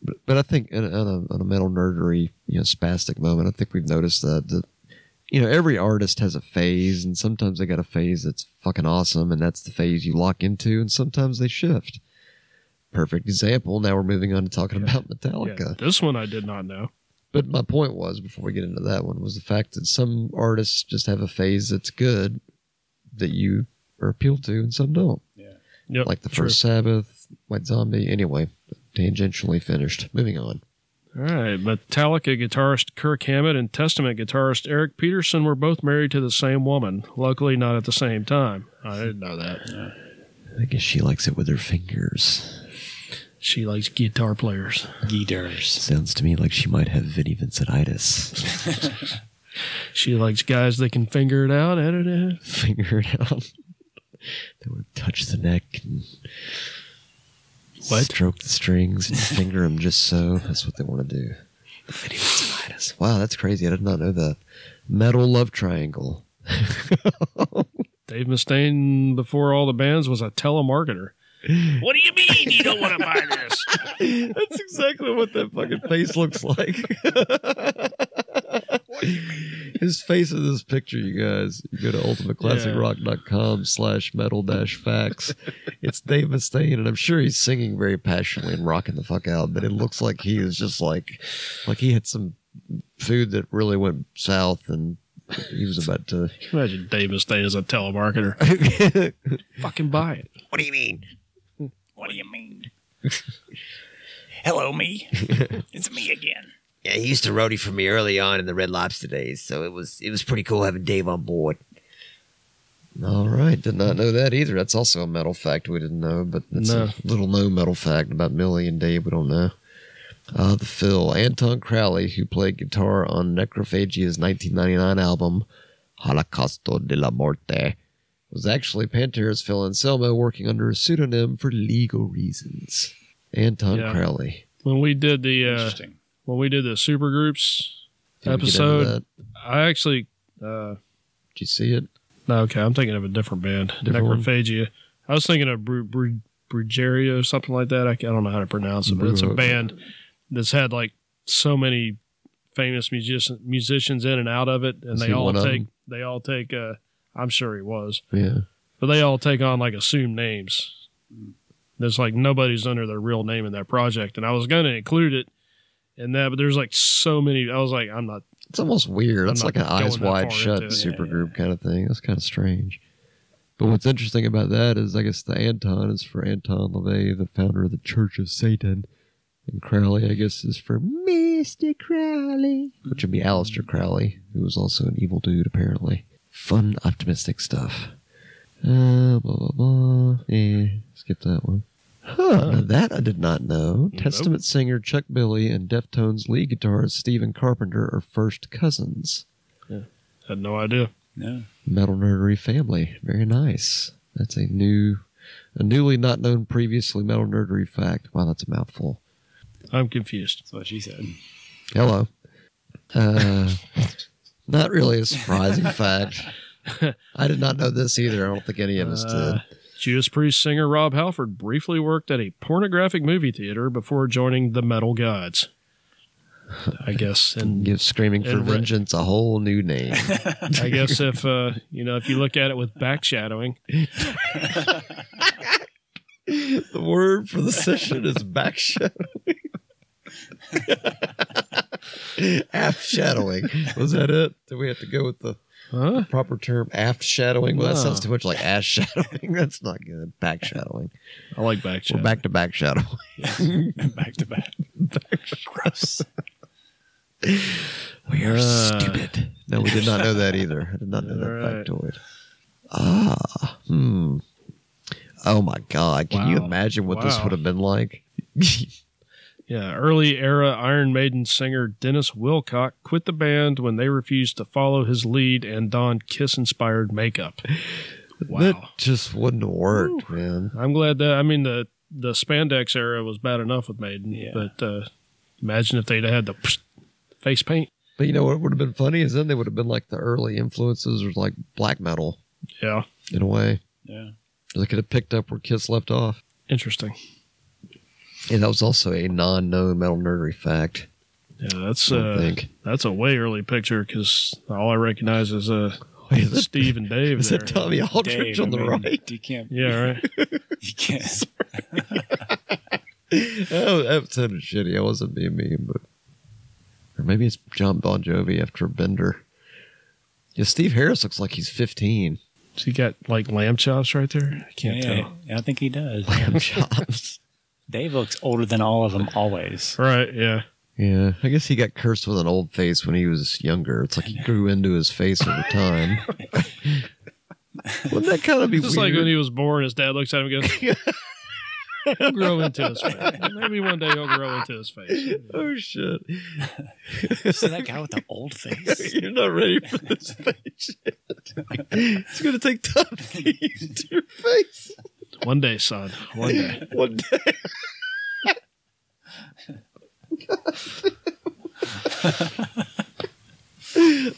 [SPEAKER 1] but, but I think in, a- in, a, in a metal nerdery, you know, spastic moment, I think we've noticed that, that you know every artist has a phase, and sometimes they got a phase that's fucking awesome, and that's the phase you lock into, and sometimes they shift. Perfect example. Now we're moving on to talking about Metallica.
[SPEAKER 2] Yeah, this one I did not know.
[SPEAKER 1] But my point was, before we get into that one, was the fact that some artists just have a phase that's good that you are appealed to, and some don't.
[SPEAKER 2] Yep,
[SPEAKER 1] like the
[SPEAKER 2] true.
[SPEAKER 1] first Sabbath, White Zombie. Anyway, tangentially finished. Moving on.
[SPEAKER 2] All right, Metallica guitarist Kirk Hammett and Testament guitarist Eric Peterson were both married to the same woman. Luckily, not at the same time. I didn't know that.
[SPEAKER 1] I guess she likes it with her fingers.
[SPEAKER 2] She likes guitar players.
[SPEAKER 3] Geeters.
[SPEAKER 1] Sounds to me like she might have Vinnie Vincentitis.
[SPEAKER 2] She likes guys that can figure it out. I don't know.
[SPEAKER 1] Finger it out. That would touch the neck and
[SPEAKER 2] What?
[SPEAKER 1] stroke the strings and finger them just so. That's what they want to do. The Vinnie Vincentitis. Wow, that's crazy. I did not know that. Metal love triangle.
[SPEAKER 2] Dave Mustaine, before all the bands, was a telemarketer. What do you mean you don't want to buy this?
[SPEAKER 1] That's exactly what that fucking face looks like. His face in this picture, you guys. You go to ultimateclassicrock.com slash metal dash facts. It's Dave Mustaine, and I'm sure he's singing very passionately and rocking the fuck out, but it looks like he is just like, like he had some food that really went south and he was about to.
[SPEAKER 2] Imagine Dave Mustaine as a telemarketer. Fucking buy it.
[SPEAKER 4] What do you mean?
[SPEAKER 3] What do you mean? Hello, me. it's me again.
[SPEAKER 4] Yeah, he used to roadie for me early on in the Red Lobster days, so it was it was pretty cool having Dave on board.
[SPEAKER 1] All right, did not know that either. That's also a metal fact we didn't know, but it's
[SPEAKER 2] No.
[SPEAKER 1] a little known metal fact about Millie and Dave we don't know. Uh, the Phil Anton Crowley, who played guitar on Necrophagia's 1999 album Holocausto de la Muerte, was actually Pantera's Phil Anselmo, working under a pseudonym for legal reasons. Anton
[SPEAKER 2] Yeah.
[SPEAKER 1] Crowley.
[SPEAKER 2] When we did the uh,
[SPEAKER 3] Interesting.
[SPEAKER 2] when we did the supergroups
[SPEAKER 1] Did we get into
[SPEAKER 2] Episode-
[SPEAKER 1] that?
[SPEAKER 2] I actually, uh,
[SPEAKER 1] Did you see it?
[SPEAKER 2] no, okay, I'm thinking of a different band,
[SPEAKER 1] Different one?
[SPEAKER 2] Necrophagia. I was thinking of Bru- Bru- Brugeria or something like that. I, ca- I don't know how to pronounce it, but it's a
[SPEAKER 1] Bru-
[SPEAKER 2] band that's had like so many famous musician, musicians in and out of it, and
[SPEAKER 1] Is
[SPEAKER 2] they
[SPEAKER 1] he
[SPEAKER 2] all
[SPEAKER 1] one of
[SPEAKER 2] take
[SPEAKER 1] them?
[SPEAKER 2] they all take. Uh, I'm sure he was,
[SPEAKER 1] Yeah.
[SPEAKER 2] but they all take on like assumed names. There's like nobody's under their real name in that project, and I was going to include it in that, but there's like so many. I was like, I'm not.
[SPEAKER 1] It's almost weird.
[SPEAKER 2] I'm
[SPEAKER 1] It's
[SPEAKER 2] not
[SPEAKER 1] like an
[SPEAKER 2] going
[SPEAKER 1] eyes
[SPEAKER 2] that
[SPEAKER 1] wide
[SPEAKER 2] far
[SPEAKER 1] shut
[SPEAKER 2] into it.
[SPEAKER 3] Yeah,
[SPEAKER 1] supergroup kind of thing. That's kind of strange. But what's interesting about that is, I guess the Anton is for Anton LaVey, the founder of the Church of Satan, and Crowley, I guess, is for Mister Crowley, which would be Aleister Crowley, who was also an evil dude apparently. Fun, optimistic stuff. Uh, blah blah blah. Eh, skip that one. Huh, now that I did not know.
[SPEAKER 2] Nope.
[SPEAKER 1] Testament singer Chuck Billy and Deftones lead guitarist Stephen Carpenter are first cousins.
[SPEAKER 2] Had no idea.
[SPEAKER 3] No.
[SPEAKER 1] Metal nerdery family. Very nice. That's a new, a newly not known previously metal nerdery fact. Wow, that's a mouthful.
[SPEAKER 2] I'm confused.
[SPEAKER 3] That's what she said.
[SPEAKER 1] Hello. Uh, not really a surprising fact. I did not know this either. I don't think any of us
[SPEAKER 2] Uh, Judas Priest singer Rob Halford briefly worked at a pornographic movie theater before joining the Metal Gods. I guess,
[SPEAKER 1] did.
[SPEAKER 2] and
[SPEAKER 1] Give Screaming for
[SPEAKER 2] and re-
[SPEAKER 1] Vengeance a whole new name.
[SPEAKER 2] I guess if uh, you know, if you look at it with backshadowing,
[SPEAKER 1] the word for the session is back shadowing. aft shadowing. Was that it? Did we have to go with the
[SPEAKER 2] Huh?
[SPEAKER 1] proper term aft shadowing? Well, that
[SPEAKER 2] No.
[SPEAKER 1] sounds too much like ass shadowing. That's not good. Back shadowing.
[SPEAKER 2] I like back
[SPEAKER 1] We're
[SPEAKER 2] chat.
[SPEAKER 1] back to back shadowing.
[SPEAKER 3] back to back. Gross.
[SPEAKER 1] We are
[SPEAKER 2] Ah.
[SPEAKER 1] stupid. No, we did not know that either. I did not know that
[SPEAKER 2] Alright.
[SPEAKER 1] factoid. Ah, hmm. Oh my God! Can you
[SPEAKER 2] Wow.
[SPEAKER 1] imagine what this
[SPEAKER 2] Wow.
[SPEAKER 1] would have been like?
[SPEAKER 2] Yeah, early era Iron Maiden singer Dennis Wilcock quit the band when they refused to follow his lead and donned Kiss inspired makeup. Wow.
[SPEAKER 1] That just wouldn't have worked, man.
[SPEAKER 2] I'm glad that I mean the the spandex era was bad enough with Maiden,
[SPEAKER 3] Yeah.
[SPEAKER 2] but uh, imagine if they'd had the face paint.
[SPEAKER 1] But you know what would have been funny is then they would have been like the early influences or like black metal
[SPEAKER 2] Yeah,
[SPEAKER 1] in a way.
[SPEAKER 3] Yeah.
[SPEAKER 1] They could have picked up where Kiss left off.
[SPEAKER 2] interesting.
[SPEAKER 1] And that was also a non-known metal nerdery fact.
[SPEAKER 2] Yeah, that's
[SPEAKER 1] I don't
[SPEAKER 2] uh,
[SPEAKER 1] think.
[SPEAKER 2] that's a way early picture because all I recognize is uh,
[SPEAKER 1] Wait, is that,
[SPEAKER 2] Steve and Dave.
[SPEAKER 1] is
[SPEAKER 2] there.
[SPEAKER 1] that Tommy Aldridge
[SPEAKER 3] Dave,
[SPEAKER 1] on the
[SPEAKER 3] I mean,
[SPEAKER 1] right?
[SPEAKER 3] You can't.
[SPEAKER 2] Yeah, right.
[SPEAKER 3] You can't.
[SPEAKER 1] oh, that sounded shitty. I wasn't being mean, but or maybe it's John Bon Jovi after Bender. Yeah, Steve Harris looks like he's 15.
[SPEAKER 2] So you got like lamb chops right there. I can't
[SPEAKER 3] Yeah, I think he does.
[SPEAKER 1] Lamb chops.
[SPEAKER 3] Dave looks older than all of them always.
[SPEAKER 2] tell. Right? Yeah.
[SPEAKER 1] Yeah, I guess he got cursed with an old face when he was younger. It's like he grew into his face over time. Wouldn't that kind of be
[SPEAKER 2] It's just
[SPEAKER 1] weird?
[SPEAKER 2] like when he was born, his dad looks at him and goes, He'll grow into his face. Maybe one day he'll grow into his face.
[SPEAKER 1] oh shit!
[SPEAKER 3] See that guy with the old face?
[SPEAKER 1] You're not ready for this face. yet. it's gonna take time to get used to your face.
[SPEAKER 2] One day, son. One day.
[SPEAKER 1] One day.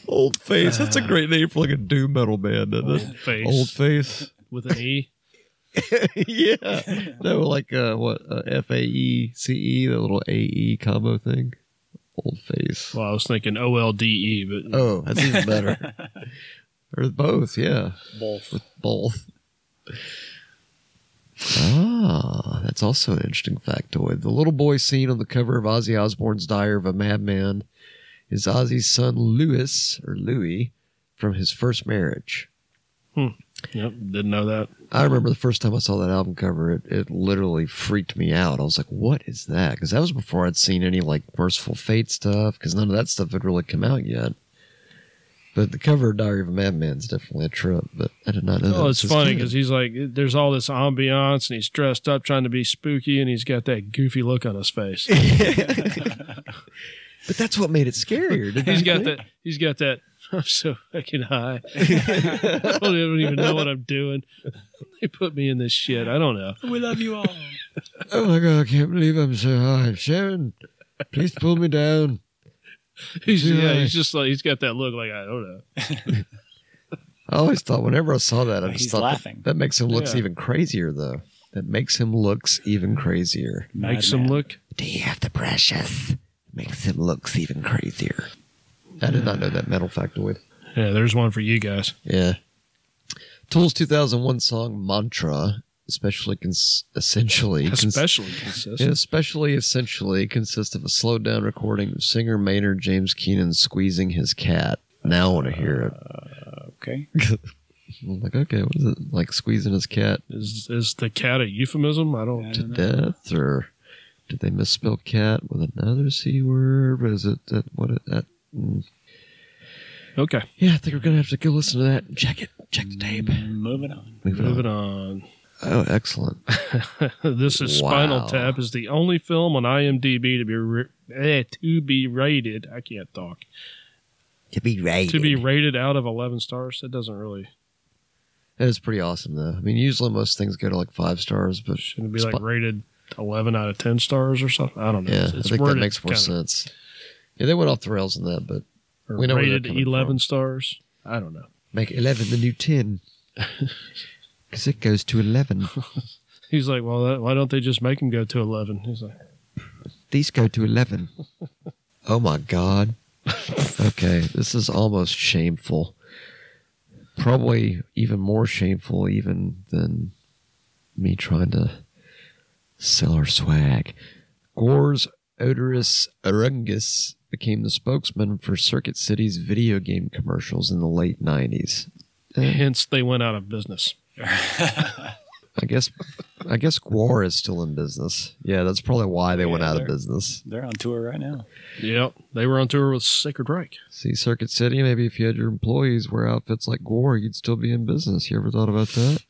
[SPEAKER 1] Old face. That's a great name for like a doom metal band, isn't
[SPEAKER 2] Old
[SPEAKER 1] it?
[SPEAKER 2] face.
[SPEAKER 1] Old face.
[SPEAKER 2] with an E.
[SPEAKER 1] yeah. No, like uh, what uh, F A E C E, that little A E combo thing. Old face.
[SPEAKER 2] Well, I was thinking O L D E, but
[SPEAKER 1] Oh, that's even better. or both, yeah.
[SPEAKER 3] Both.
[SPEAKER 1] Both. Ah, that's also an interesting factoid. The little boy seen on the cover of Ozzy Osbourne's Diary of a Madman is Ozzy's son Louis, or Louis, from his first marriage.
[SPEAKER 2] yep, didn't know that.
[SPEAKER 1] I remember the first time I saw that album cover, it, it literally freaked me out. I was like, what is that? Because that was before I'd seen any like Merciful Fate stuff, because none of that stuff had really come out yet. But the cover of Diary of a Madman is definitely a trip, but I did not know that.
[SPEAKER 2] Oh,
[SPEAKER 1] was
[SPEAKER 2] it's
[SPEAKER 1] his
[SPEAKER 2] funny
[SPEAKER 1] kid.
[SPEAKER 2] because he's like, there's all this ambiance, and he's dressed up trying to be spooky, and he's got that goofy look on his face.
[SPEAKER 1] But that's what made it scarier. didn't
[SPEAKER 2] He's
[SPEAKER 1] you
[SPEAKER 2] got
[SPEAKER 1] think?
[SPEAKER 2] that. He's got that. I'm so fucking high. I don't even- even know what I'm doing. They put me in this shit. I don't know.
[SPEAKER 3] We love you all.
[SPEAKER 1] Oh my god, I can't believe I'm so high. Sharon, please pull me down.
[SPEAKER 2] He's
[SPEAKER 1] Yeah.
[SPEAKER 2] yeah. He's just like he's got that look. Like I don't know.
[SPEAKER 1] I always thought whenever I saw that, I
[SPEAKER 3] Oh,
[SPEAKER 1] just
[SPEAKER 3] he's
[SPEAKER 1] thought that-
[SPEAKER 3] laughing.
[SPEAKER 1] That, makes him looks
[SPEAKER 2] Yeah.
[SPEAKER 1] even crazier, though. That makes him looks even crazier.
[SPEAKER 2] Makes him look.
[SPEAKER 4] Do you have the precious? Makes him looks even crazier.
[SPEAKER 1] I did not know that metal factoid.
[SPEAKER 2] Yeah, there's one for you guys.
[SPEAKER 1] Yeah. Tool's 2001 song Mantra, especially cons- essentially cons-
[SPEAKER 2] Especially
[SPEAKER 1] Yeah,
[SPEAKER 2] consistent.
[SPEAKER 1] especially essentially consists of a slowed down recording of singer Maynard James Keenan squeezing his cat. Now I want to hear it.
[SPEAKER 3] Okay.
[SPEAKER 2] Uh.
[SPEAKER 1] I'm like, okay, what is it? Like squeezing his cat
[SPEAKER 2] Is is the cat a euphemism? I don't.
[SPEAKER 1] to death, or did they misspell cat with another c word? Or Is it that what? It, that, mm.
[SPEAKER 2] Okay,
[SPEAKER 1] Yeah, I think we're gonna have to go listen to that and check it. Check the tape.
[SPEAKER 3] Moving Mm, on.
[SPEAKER 1] Moving on.
[SPEAKER 2] moving on.
[SPEAKER 1] Oh, excellent.
[SPEAKER 2] this is Spinal
[SPEAKER 1] Wow.
[SPEAKER 2] Tap is the only film on IMDb to be re- eh, to be rated. I can't talk.
[SPEAKER 4] To be rated.
[SPEAKER 2] To be rated out of eleven stars. That doesn't really
[SPEAKER 1] That is pretty awesome, though. I mean, usually most things go to like five stars, but
[SPEAKER 2] shouldn't be
[SPEAKER 1] Spi-
[SPEAKER 2] like rated eleven out of ten stars or something. I don't know.
[SPEAKER 1] yeah,
[SPEAKER 2] It's-
[SPEAKER 1] I
[SPEAKER 2] it's
[SPEAKER 1] think that
[SPEAKER 2] worded
[SPEAKER 1] makes more
[SPEAKER 2] kinda-
[SPEAKER 1] sense. Yeah, they went off the rails in that, but
[SPEAKER 2] or
[SPEAKER 1] We know where they're
[SPEAKER 2] rated
[SPEAKER 1] coming
[SPEAKER 2] eleven
[SPEAKER 1] from.
[SPEAKER 2] stars. I don't know.
[SPEAKER 1] make eleven the new ten because it goes to eleven.
[SPEAKER 2] He's like, well, that, why don't they just make him go to eleven? He's like,
[SPEAKER 1] These go to 11. Oh my God. okay, this is almost shameful. Probably even more shameful, even than me trying to sell our swag. Gore's Odorous Arungus became the spokesman for Circuit City's video game commercials in the late 90s. Eh,
[SPEAKER 2] Hence, they went out of business.
[SPEAKER 1] I guess I guess Guar is still in business. Yeah, that's probably why they went
[SPEAKER 3] Yeah,
[SPEAKER 1] out of
[SPEAKER 3] they're-
[SPEAKER 1] business.
[SPEAKER 3] They're on tour right now.
[SPEAKER 2] Yep, they were on tour with Sacred Reich.
[SPEAKER 1] See, Circuit City, maybe if you had your employees wear outfits like Guar, you'd still be in business. You ever thought about that?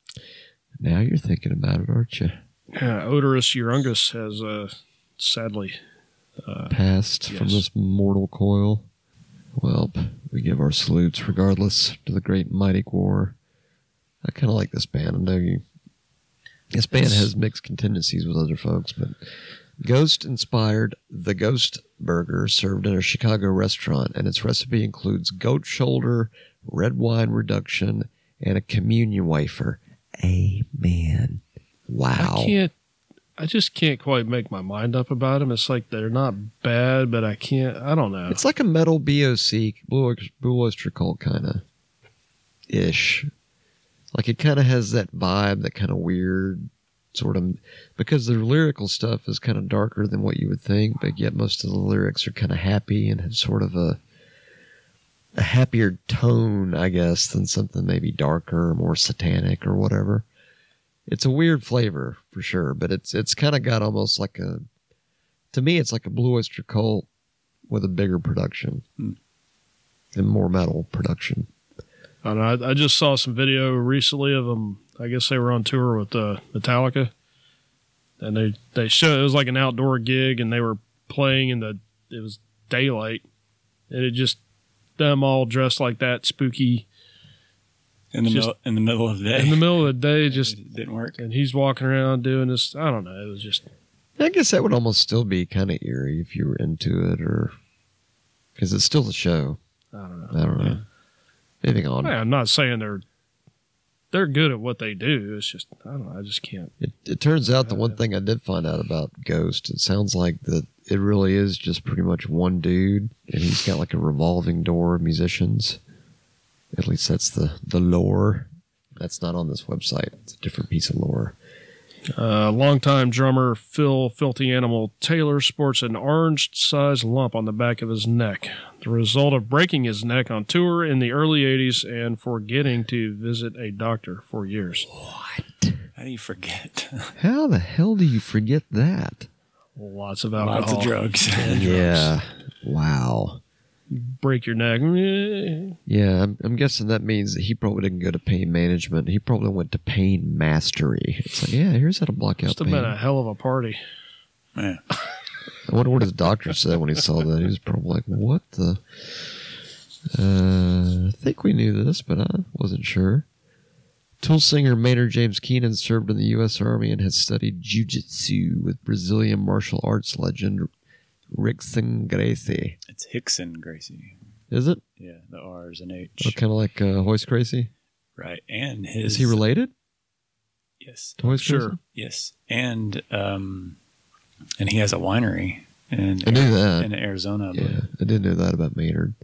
[SPEAKER 1] Now you're thinking about it, aren't you?
[SPEAKER 2] Uh, Odorous Urungus has uh, sadly
[SPEAKER 1] Passed from
[SPEAKER 2] yes.
[SPEAKER 1] this mortal coil. Well, we give our salutes regardless to the great mighty Guar. I kind of like this band. I know you. This band
[SPEAKER 3] It's-
[SPEAKER 1] has mixed contingencies with other folks, but Ghost inspired the Ghost Burger served in a Chicago restaurant, and its recipe includes goat shoulder, red wine reduction, and a communion wafer. Amen. Wow.
[SPEAKER 2] I can't. I just can't quite make my mind up about them. It's like they're not bad, but I can't. I don't know.
[SPEAKER 1] It's like a metal BOC, Blue, Oy- Blue Oyster Cult kind of ish. Like it kind of has that vibe, that kind of weird sort of because their lyrical stuff is kind of darker than what you would think, but yet most of the lyrics are kind of happy and have sort of a a happier tone, I guess, than something maybe darker or more satanic or whatever. It's a weird flavor for sure, but it's it's kind of got almost like a to me it's like a Blue Oyster Cult with a bigger production
[SPEAKER 3] Hmm.
[SPEAKER 1] and more metal production.
[SPEAKER 2] I, don't know, I, I just saw some video recently of them. I guess they were on tour with uh, Metallica, and they they showed it was like an outdoor gig, and they were playing in the it was daylight, and it just them all dressed like that, spooky
[SPEAKER 3] In the
[SPEAKER 2] Just-
[SPEAKER 3] middle, in the middle of the day.
[SPEAKER 2] in the middle of the day, just.
[SPEAKER 3] it didn't work.
[SPEAKER 2] And he's walking around doing this. I don't know. It was just
[SPEAKER 1] I guess that would almost still be kind of eerie if you were into it, or because it's still a show.
[SPEAKER 2] I don't know.
[SPEAKER 1] I don't know. Moving on,
[SPEAKER 2] Yeah, I'm not saying they're they're good at what they do. It's just I don't know. I just can't.
[SPEAKER 1] it, it turns out the one thing I did find out about Ghost, it sounds like that it really is just pretty much one dude, and he's got like a revolving door of musicians. At least that's the the lore. That's not on this website. It's a different piece of lore.
[SPEAKER 2] Uh, longtime drummer Phil Filthy Animal Taylor sports an orange-sized lump on the back of his neck, the result of breaking his neck on tour in the early '80s and forgetting to visit a doctor for years.
[SPEAKER 3] How do you forget?
[SPEAKER 1] How the hell do you forget that?
[SPEAKER 2] Lots of alcohol.
[SPEAKER 3] Lots of drugs.
[SPEAKER 1] Yeah. Wow.
[SPEAKER 2] Break your neck. Eh.
[SPEAKER 1] Yeah, I'm, I'm guessing that means that he probably didn't go to pain management. He probably went to pain mastery. It's like, yeah, here's how to block out
[SPEAKER 2] Must have
[SPEAKER 1] pain.
[SPEAKER 2] been a hell of a party.
[SPEAKER 3] Man,
[SPEAKER 1] I wonder what his doctor said when he saw that. He was probably like, "What the?" Uh, I think we knew this, but I wasn't sure. Tool singer Maynard James Keenan served in the U.S. Army and has studied jujitsu with Brazilian martial arts legend Rickson Gracie.
[SPEAKER 3] it's Hickson Gracie.
[SPEAKER 1] Is it?
[SPEAKER 3] Yeah, the R is an H.
[SPEAKER 1] Oh, kind of like uh, Hoist Gracie.
[SPEAKER 3] Right, and his
[SPEAKER 1] Is he related
[SPEAKER 3] Yes,
[SPEAKER 1] to Hoist
[SPEAKER 2] Sure.
[SPEAKER 1] Gracie?
[SPEAKER 3] yes, and um, and he has a winery in
[SPEAKER 1] I knew that.
[SPEAKER 3] in
[SPEAKER 2] um,
[SPEAKER 3] Arizona. I believe.
[SPEAKER 1] Yeah, I did know that about Maynard.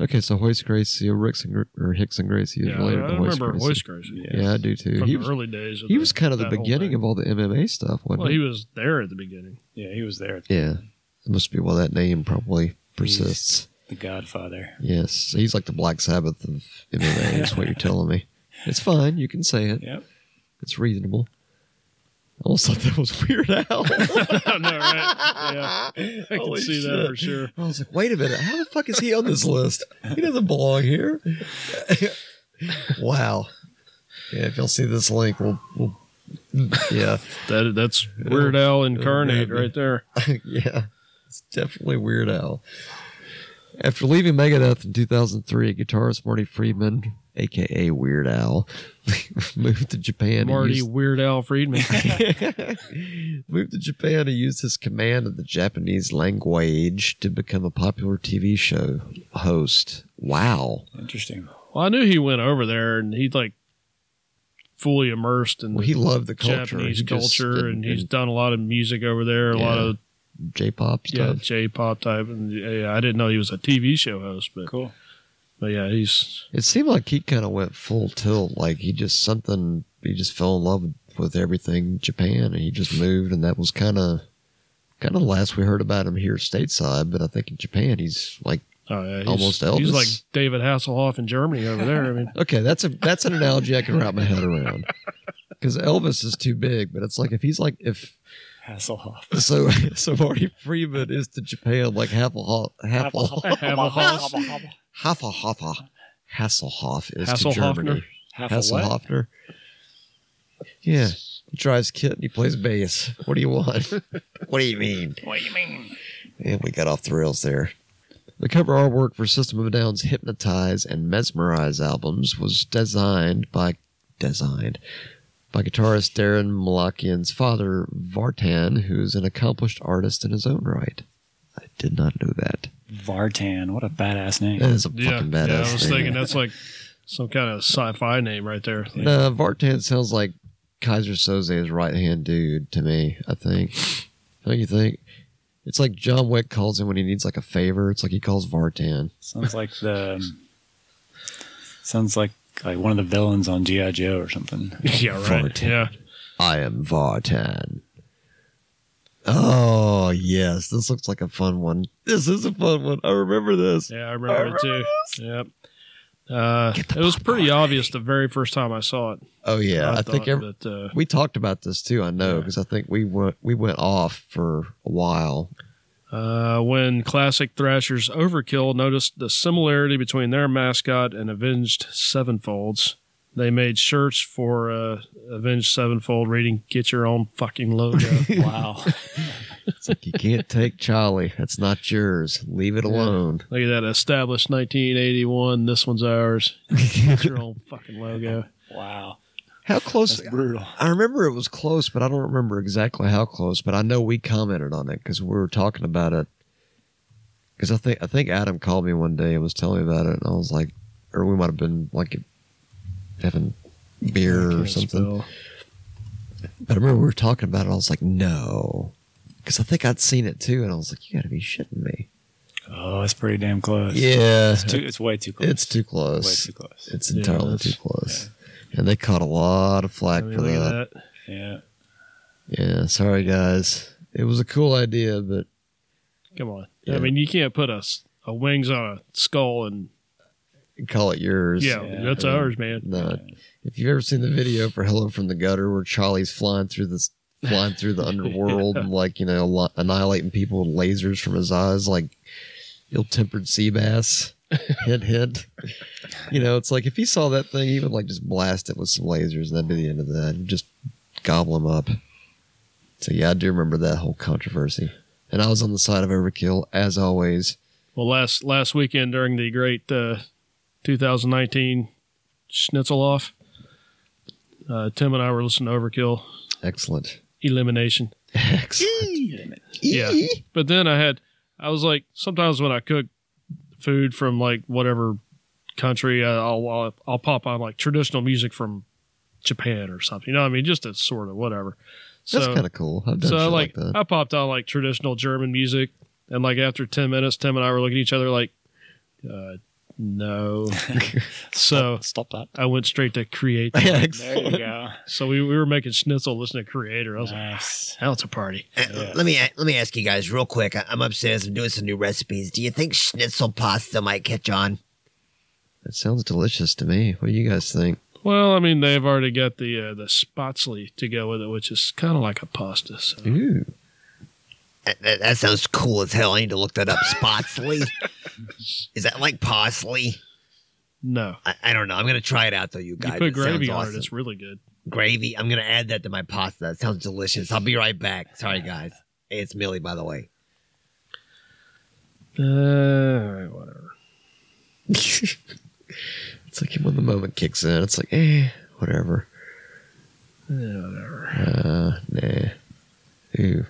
[SPEAKER 1] Okay, so Hoist Gracie or, Ricks and, Gr- or Hicks and Gracie is
[SPEAKER 2] Yeah, I,
[SPEAKER 1] related to Hoist
[SPEAKER 2] remember
[SPEAKER 1] Gracie.
[SPEAKER 2] Hoist Gracie
[SPEAKER 3] Yeah.
[SPEAKER 1] yeah, I do too.
[SPEAKER 2] from
[SPEAKER 1] He
[SPEAKER 2] the
[SPEAKER 1] was,
[SPEAKER 2] early days. Of
[SPEAKER 1] he
[SPEAKER 2] the-
[SPEAKER 1] was kind of the
[SPEAKER 2] that whole
[SPEAKER 1] beginning
[SPEAKER 2] thing.
[SPEAKER 1] of all the MMA stuff, wasn't
[SPEAKER 2] Well,
[SPEAKER 1] he?
[SPEAKER 2] he was there at the beginning.
[SPEAKER 3] Yeah, he was there. at
[SPEAKER 1] yeah, it must be why that name probably persists.
[SPEAKER 3] The Godfather.
[SPEAKER 1] yes, so he's like the Black Sabbath of MMA. is what you're telling me. It's fine. You can say it.
[SPEAKER 3] Yep.
[SPEAKER 1] It's reasonable. I almost thought that was Weird Al.
[SPEAKER 2] I know, right? Yeah.
[SPEAKER 1] I
[SPEAKER 2] I can see that for sure.
[SPEAKER 1] I was like, wait a minute, how the fuck is he on this list? He doesn't belong here. wow. Yeah, if y'all see this link, we'll, we'll yeah,
[SPEAKER 2] That that's Weird Al incarnate
[SPEAKER 1] It'll-
[SPEAKER 2] right there.
[SPEAKER 1] yeah, it's definitely Weird Al. After leaving Megadeth in 2003, guitarist Marty Friedman, aka Weird Al, moved to Japan. and
[SPEAKER 2] Marty
[SPEAKER 1] used-
[SPEAKER 2] Weird Al Friedman.
[SPEAKER 1] moved to Japan and used his command of the Japanese language to become a popular TV show host. Wow.
[SPEAKER 3] Interesting.
[SPEAKER 2] well, I knew he went over there and he like fully immersed in
[SPEAKER 1] Well,
[SPEAKER 2] the
[SPEAKER 1] he loved the culture.
[SPEAKER 2] Japanese
[SPEAKER 1] He just
[SPEAKER 2] culture,
[SPEAKER 1] didn't-
[SPEAKER 2] and he's done a lot of music over there, a lot
[SPEAKER 1] Yeah,
[SPEAKER 2] of
[SPEAKER 1] J-pop
[SPEAKER 2] yeah,
[SPEAKER 1] stuff.
[SPEAKER 2] J-pop type. And yeah, I didn't know he was a TV show host, but
[SPEAKER 3] Cool.
[SPEAKER 2] but yeah, he's
[SPEAKER 1] It seemed like he kind of went full tilt. Like he just something. He just fell in love with everything Japan, and he just moved, and that was kind of kind of the last we heard about him here stateside, but I think in Japan he's like,
[SPEAKER 2] Oh, yeah, he's,
[SPEAKER 1] Almost Elvis.
[SPEAKER 2] He's like David Hasselhoff in Germany over there. I mean,
[SPEAKER 1] okay, that's a that's an analogy I can wrap my head around. Because Elvis is too big, but it's like if he's like if
[SPEAKER 3] Hasselhoff.
[SPEAKER 1] so so Marty Freeman is to Japan like Hasselhoff Hasselhoff
[SPEAKER 3] Hasselhoff.
[SPEAKER 1] Hasselhoff Hasselhoff is to
[SPEAKER 2] Hasselhoffner.
[SPEAKER 1] Germany Hasselhoffner. Yeah, he drives kit and he plays bass. What do you want? what do you mean?
[SPEAKER 3] What do you mean?
[SPEAKER 1] And we got off the rails there. The cover artwork for System of a Down's Hypnotize and Mesmerize albums was designed by designed by guitarist Darren Malakian's father, Vartan, who's an accomplished artist in his own right. I did not know that.
[SPEAKER 3] Vartan. What a
[SPEAKER 1] That
[SPEAKER 3] badass name.
[SPEAKER 1] is a
[SPEAKER 2] yeah,
[SPEAKER 1] fucking
[SPEAKER 2] yeah,
[SPEAKER 1] badass.
[SPEAKER 2] I was
[SPEAKER 1] name.
[SPEAKER 2] thinking that's like some kind of sci-fi name right there.
[SPEAKER 1] No, Vartan sounds like Kaiser Soze's right hand dude to me, I think. Don't you think? It's like John Wick calls him when he needs like a favor. It's like he calls Vartan.
[SPEAKER 3] Sounds like the. um, Sounds like like one of the villains on GI Joe or something.
[SPEAKER 2] yeah, right.
[SPEAKER 1] Vartan.
[SPEAKER 2] Yeah,
[SPEAKER 1] I am Vartan. Oh yes, this looks like a fun one. This is a fun one. I remember this.
[SPEAKER 2] yeah, I remember it too. Yep. Uh,
[SPEAKER 1] Get
[SPEAKER 2] it
[SPEAKER 1] the
[SPEAKER 2] was pretty
[SPEAKER 1] popcorn
[SPEAKER 2] obvious the very first time I saw it.
[SPEAKER 1] Oh yeah, I, think
[SPEAKER 2] thought
[SPEAKER 1] every,
[SPEAKER 2] that, uh,
[SPEAKER 1] we talked about this too. I know
[SPEAKER 2] Yeah.
[SPEAKER 1] because I think we went we went off for a while.
[SPEAKER 2] Uh, when classic Thrasher's Overkill noticed the similarity between their mascot and Avenged Sevenfolds, they made shirts for uh, Avenged Sevenfold reading "Get Your Own Fucking Logo."
[SPEAKER 3] Wow.
[SPEAKER 1] It's like you can't take Charlie. That's not yours. Leave it
[SPEAKER 2] Yeah.
[SPEAKER 1] alone.
[SPEAKER 2] Look at that, established 1981. This one's ours. Get your own fucking logo.
[SPEAKER 3] Wow.
[SPEAKER 1] How
[SPEAKER 3] That's
[SPEAKER 1] close?
[SPEAKER 3] brutal.
[SPEAKER 1] I remember it was close, but I don't remember exactly how close. But I know we commented on it because we were talking about it. Because I think I think Adam called me one day and was telling me about it, and I was like, or we might have been like having beer or
[SPEAKER 2] Can't
[SPEAKER 1] something.
[SPEAKER 2] spell.
[SPEAKER 1] But I remember we were talking about it. I was like, no, because I think I'd seen it too, and I was like, you got to be shitting me.
[SPEAKER 3] Oh, that's pretty damn close.
[SPEAKER 1] Yeah,
[SPEAKER 3] It's, too, it's way too close.
[SPEAKER 1] it's too close.
[SPEAKER 3] Way too close.
[SPEAKER 1] It's
[SPEAKER 2] Yeah,
[SPEAKER 1] entirely
[SPEAKER 2] that's-
[SPEAKER 1] too close. And they caught a lot of
[SPEAKER 2] I
[SPEAKER 1] flack
[SPEAKER 2] mean,
[SPEAKER 1] for
[SPEAKER 2] look
[SPEAKER 1] that.
[SPEAKER 2] at that.
[SPEAKER 3] Yeah.
[SPEAKER 1] Yeah, sorry guys. It was a cool idea, but
[SPEAKER 2] Come on.
[SPEAKER 1] Yeah.
[SPEAKER 2] I mean, you can't put a, s- a wings on a skull and
[SPEAKER 1] call it yours.
[SPEAKER 2] yeah,
[SPEAKER 3] yeah,
[SPEAKER 2] that's
[SPEAKER 1] I mean,
[SPEAKER 2] ours, man.
[SPEAKER 1] No. If you've ever seen the video for Hello from the Gutter where Charlie's flying through this flying through the underworld and like, you know, li- annihilating people with lasers from his eyes like ill-tempered sea bass. hint hint. You know, it's like if he saw that thing, he would like just blast it with some lasers and that'd be the end of that. He'd just gobble him up. So yeah, I do remember that whole controversy. And I was on the side of Overkill, as always.
[SPEAKER 2] Well, last last weekend during the great uh, 2019 Schnitzel Off, uh, Tim and I were listening to Overkill
[SPEAKER 1] Excellent.
[SPEAKER 2] Elimination.
[SPEAKER 1] Excellent.
[SPEAKER 2] Yeah. But then I had, I was like, sometimes when I cook food from like whatever country, uh, I'll, I'll I'll pop on like traditional music from Japan or something. You know, what I mean, just a sort of whatever.
[SPEAKER 1] That's
[SPEAKER 2] So-
[SPEAKER 1] kind of cool. I've done
[SPEAKER 2] so
[SPEAKER 1] shit
[SPEAKER 2] like,
[SPEAKER 1] like, that.
[SPEAKER 2] I popped on like traditional German music, and like after ten minutes, Tim and I were looking at each other like, uh, no. so
[SPEAKER 3] Stop that.
[SPEAKER 2] I went straight to create.
[SPEAKER 1] Yeah,
[SPEAKER 3] There
[SPEAKER 1] excellent.
[SPEAKER 3] you go.
[SPEAKER 2] so we, we were making schnitzel, listening to Creator. I was like,
[SPEAKER 3] Nice.
[SPEAKER 2] now it's a party.
[SPEAKER 4] Uh,
[SPEAKER 3] Yeah.
[SPEAKER 4] Let me a- let me ask you guys real quick. I- I'm upstairs. I'm doing some new recipes. Do you think schnitzel pasta might catch on?
[SPEAKER 1] That sounds delicious to me. What do you guys think?
[SPEAKER 2] Well, I mean, they've already got the uh, the spatzli to go with it, which is kind of like a pasta. So.
[SPEAKER 1] Ooh.
[SPEAKER 4] That, that, that sounds cool as hell. I need to look that up. Spotsley? Is that like parsley?
[SPEAKER 2] No,
[SPEAKER 4] I, I don't know. I'm gonna try it out though, you guys.
[SPEAKER 2] you put
[SPEAKER 4] It sounds
[SPEAKER 2] gravy on
[SPEAKER 4] awesome.
[SPEAKER 2] it; it's really good.
[SPEAKER 4] Gravy. I'm gonna add that to my pasta. That sounds delicious. I'll be right back. Sorry guys. Hey, it's Millie, by the way.
[SPEAKER 2] Uh, all right, whatever.
[SPEAKER 1] it's like when the moment kicks in, it's like, eh, whatever.
[SPEAKER 2] Yeah, whatever.
[SPEAKER 1] Uh, nah. Ooh.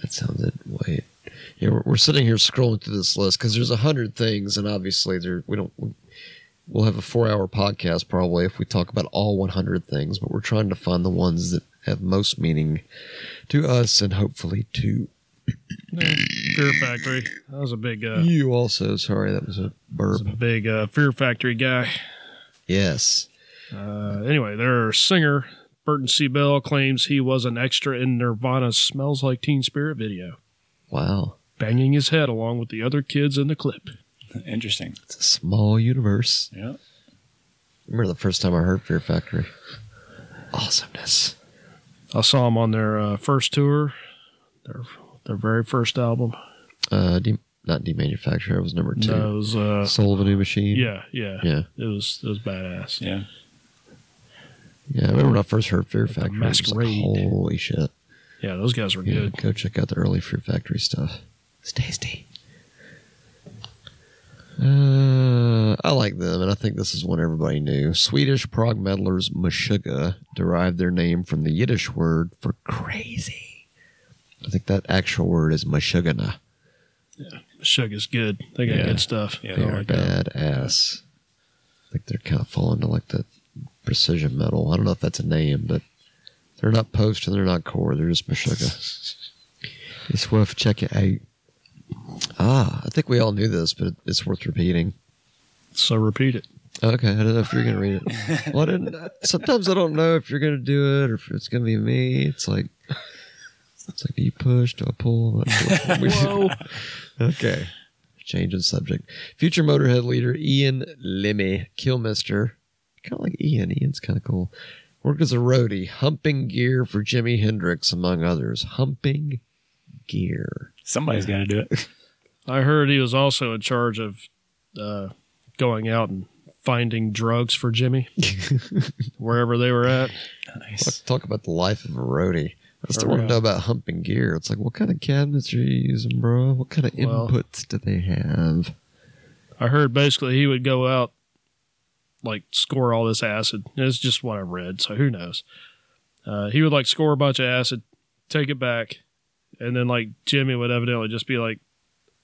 [SPEAKER 1] That sounded, wait. Yeah, we're, we're sitting here scrolling through this list because there's a hundred things, and obviously there we don't. We'll have a four-hour podcast probably if we talk about all 100 things, but we're trying to find the ones that have most meaning to us and hopefully to
[SPEAKER 2] Yeah, Fear Factory. That was a big, uh,
[SPEAKER 1] You also, sorry, that was a burp.
[SPEAKER 2] was a big uh, Fear Factory guy.
[SPEAKER 1] Yes.
[SPEAKER 2] Uh, anyway, their singer Burton C. Bell claims he was an extra in Nirvana's "Smells Like Teen Spirit" video.
[SPEAKER 1] Wow.
[SPEAKER 2] banging his head along with the other kids in the clip.
[SPEAKER 3] Interesting.
[SPEAKER 1] It's a small universe.
[SPEAKER 3] Yeah.
[SPEAKER 1] Remember the first time I heard Fear Factory? Awesomeness.
[SPEAKER 2] I saw him on their uh, first tour, their their very first album.
[SPEAKER 1] Uh, de- not Demanufacturer. It was number two.
[SPEAKER 2] No, it was, uh,
[SPEAKER 1] Soul of a New Machine.
[SPEAKER 2] yeah, yeah,
[SPEAKER 1] Yeah.
[SPEAKER 2] It was it was badass.
[SPEAKER 3] Yeah.
[SPEAKER 1] Yeah. I remember when I first heard Fear Factory. I was like,
[SPEAKER 2] Masquerade.
[SPEAKER 1] Holy shit.
[SPEAKER 2] Yeah, those guys were
[SPEAKER 1] Yeah,
[SPEAKER 2] good.
[SPEAKER 1] go check out the early Fear Factory stuff. It's tasty. Uh, I like them, and I think this is one everybody knew. Swedish prog metalers Meshuggah derived their name from the Yiddish word for crazy. I think that actual word is Meshuggah.
[SPEAKER 2] Shug is good. They got
[SPEAKER 1] Yeah.
[SPEAKER 2] good stuff.
[SPEAKER 3] Yeah.
[SPEAKER 1] They
[SPEAKER 3] I
[SPEAKER 1] are
[SPEAKER 3] like that.
[SPEAKER 1] badass. I think they're kind of falling to like the precision metal. I don't know if that's a name, but they're not post and they're not core. They're just Meshuggah. it's worth checking out. Ah, I think we all knew this, but it's worth repeating.
[SPEAKER 2] So repeat it.
[SPEAKER 1] Okay, I don't know if you're gonna read it. well, I didn't, sometimes I don't know if you're gonna do it or if it's gonna be me. It's like, it's like, do you push? Do I pull?
[SPEAKER 2] Whoa.
[SPEAKER 1] Okay. Change of subject. Future Motorhead leader Ian Lemmy Kilmister, kind of like Ian. Ian's kind of cool. Worked as a roadie, humping gear for Jimi Hendrix, among others. Humping gear.
[SPEAKER 3] Somebody's got to do it.
[SPEAKER 2] I heard he was also in charge of uh, going out and finding drugs for Jimmy wherever they were at.
[SPEAKER 3] Nice.
[SPEAKER 1] Talk about the life of a roadie. I still
[SPEAKER 3] For
[SPEAKER 1] want to
[SPEAKER 3] real.
[SPEAKER 1] know about humping gear. It's like, what kind of cabinets are you using, bro? What kind of
[SPEAKER 2] Well-
[SPEAKER 1] inputs do they have?
[SPEAKER 2] I heard basically he would go out, like score all this acid. It's just what I read, so who knows? Uh, he would like score a bunch of acid, take it back, and then like Jimmy would evidently just be like,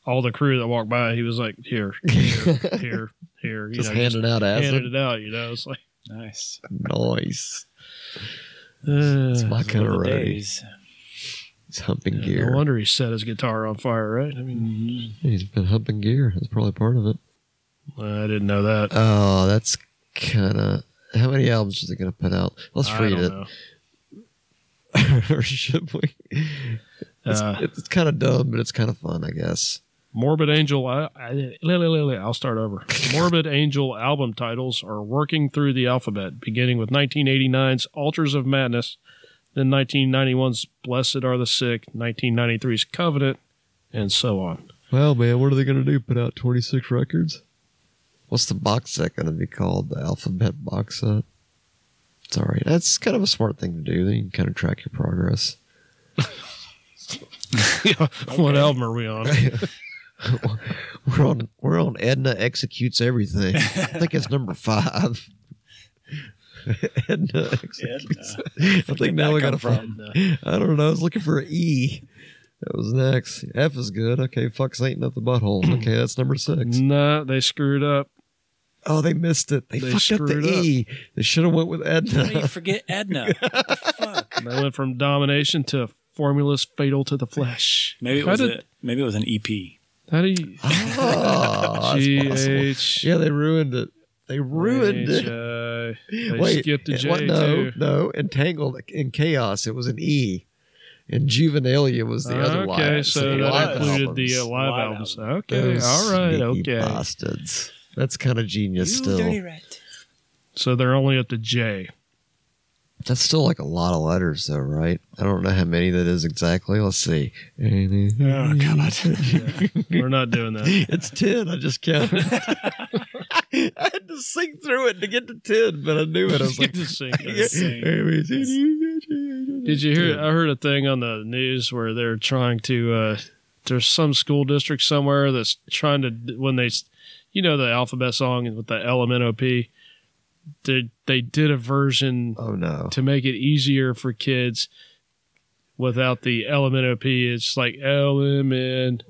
[SPEAKER 2] all the crew that walked by, he was like, here, here, here, here. You
[SPEAKER 1] Just
[SPEAKER 2] know,
[SPEAKER 1] handing out
[SPEAKER 2] handed
[SPEAKER 1] acid.
[SPEAKER 2] it out. You know, it's like
[SPEAKER 3] Nice.
[SPEAKER 1] Nice.
[SPEAKER 2] uh,
[SPEAKER 1] It's my kind of
[SPEAKER 3] Little
[SPEAKER 1] roadie.
[SPEAKER 3] days.
[SPEAKER 1] He's humping gear.
[SPEAKER 2] no wonder he set his guitar on fire, right? I mean,
[SPEAKER 3] Mm-hmm.
[SPEAKER 1] He's been humping gear. That's probably part of it.
[SPEAKER 2] I didn't know that.
[SPEAKER 1] Oh, that's kind of. How many albums is it going to put out? Let's
[SPEAKER 2] I
[SPEAKER 1] read
[SPEAKER 2] don't
[SPEAKER 1] it.
[SPEAKER 2] know.
[SPEAKER 1] or should we? It's,
[SPEAKER 2] Uh,
[SPEAKER 1] it's kind of dumb, but it's kind of fun, I guess.
[SPEAKER 2] Morbid Angel. I, I, li- li- li- li- I'll start over. Morbid Angel album titles are working through the alphabet, beginning with 1989's Altars of Madness, then 1991's Blessed Are the Sick, 1993's Covenant, and so on.
[SPEAKER 1] Well, man, what are they going to do? Put out 26 records? What's the box set going to be called? The alphabet box set? It's all right. That's kind of a smart thing to do. Then you can kind of track your progress.
[SPEAKER 2] What album are we on?
[SPEAKER 1] We're on we're on Edna executes everything. I think it's number five. Edna executes. I think now we got to find
[SPEAKER 3] from.
[SPEAKER 1] I don't know. I was looking for an E. That was next. F is good. Okay, fuck Satan up the butthole. Okay, that's number six.
[SPEAKER 2] nah, they screwed up.
[SPEAKER 1] Oh, they missed it. They,
[SPEAKER 2] They
[SPEAKER 1] fucked up the
[SPEAKER 2] screwed up.
[SPEAKER 1] E. They should have went with
[SPEAKER 3] How do you
[SPEAKER 1] Edna.
[SPEAKER 3] forget Edna? Fuck.
[SPEAKER 2] They went from domination to formulas fatal to the flesh.
[SPEAKER 3] Maybe it
[SPEAKER 2] how
[SPEAKER 3] was
[SPEAKER 2] did,
[SPEAKER 3] a, maybe it was an E EP.
[SPEAKER 2] How do you?
[SPEAKER 1] oh, that's
[SPEAKER 2] G
[SPEAKER 1] possible.
[SPEAKER 2] H.
[SPEAKER 1] Yeah, they ruined it. They ruined it.
[SPEAKER 2] it. They
[SPEAKER 1] Wait,
[SPEAKER 2] skipped a
[SPEAKER 1] it-
[SPEAKER 2] J
[SPEAKER 1] what? no,
[SPEAKER 2] too.
[SPEAKER 1] no. Entangled in chaos. It was an E, and juvenilia was the other one.
[SPEAKER 2] okay, so that
[SPEAKER 3] live
[SPEAKER 2] included the uh,
[SPEAKER 1] albums.
[SPEAKER 2] live
[SPEAKER 3] Live
[SPEAKER 2] albums. Okay,
[SPEAKER 1] Those
[SPEAKER 2] all right,
[SPEAKER 1] sneaky
[SPEAKER 2] okay.
[SPEAKER 1] bastards. That's kind of genius. still,
[SPEAKER 3] rat.
[SPEAKER 2] So they're only up to J.
[SPEAKER 1] That's still like a lot of letters, though, right? I don't know how many that is exactly. Let's see. Oh, God.
[SPEAKER 2] We're not doing that.
[SPEAKER 1] it's 10. I just counted. I had to sink through it to get to 10, but I knew it. I was like,
[SPEAKER 2] Get to sing this.
[SPEAKER 1] Did
[SPEAKER 2] Did you hear? I heard a thing on the news where they're trying to. Uh, there's some school district somewhere that's trying to when they, s- you know, the alphabet song with the LMNOP. They they did a version
[SPEAKER 1] Oh, no.
[SPEAKER 2] to make it easier for kids without the LMNOP. It's like LMNOP.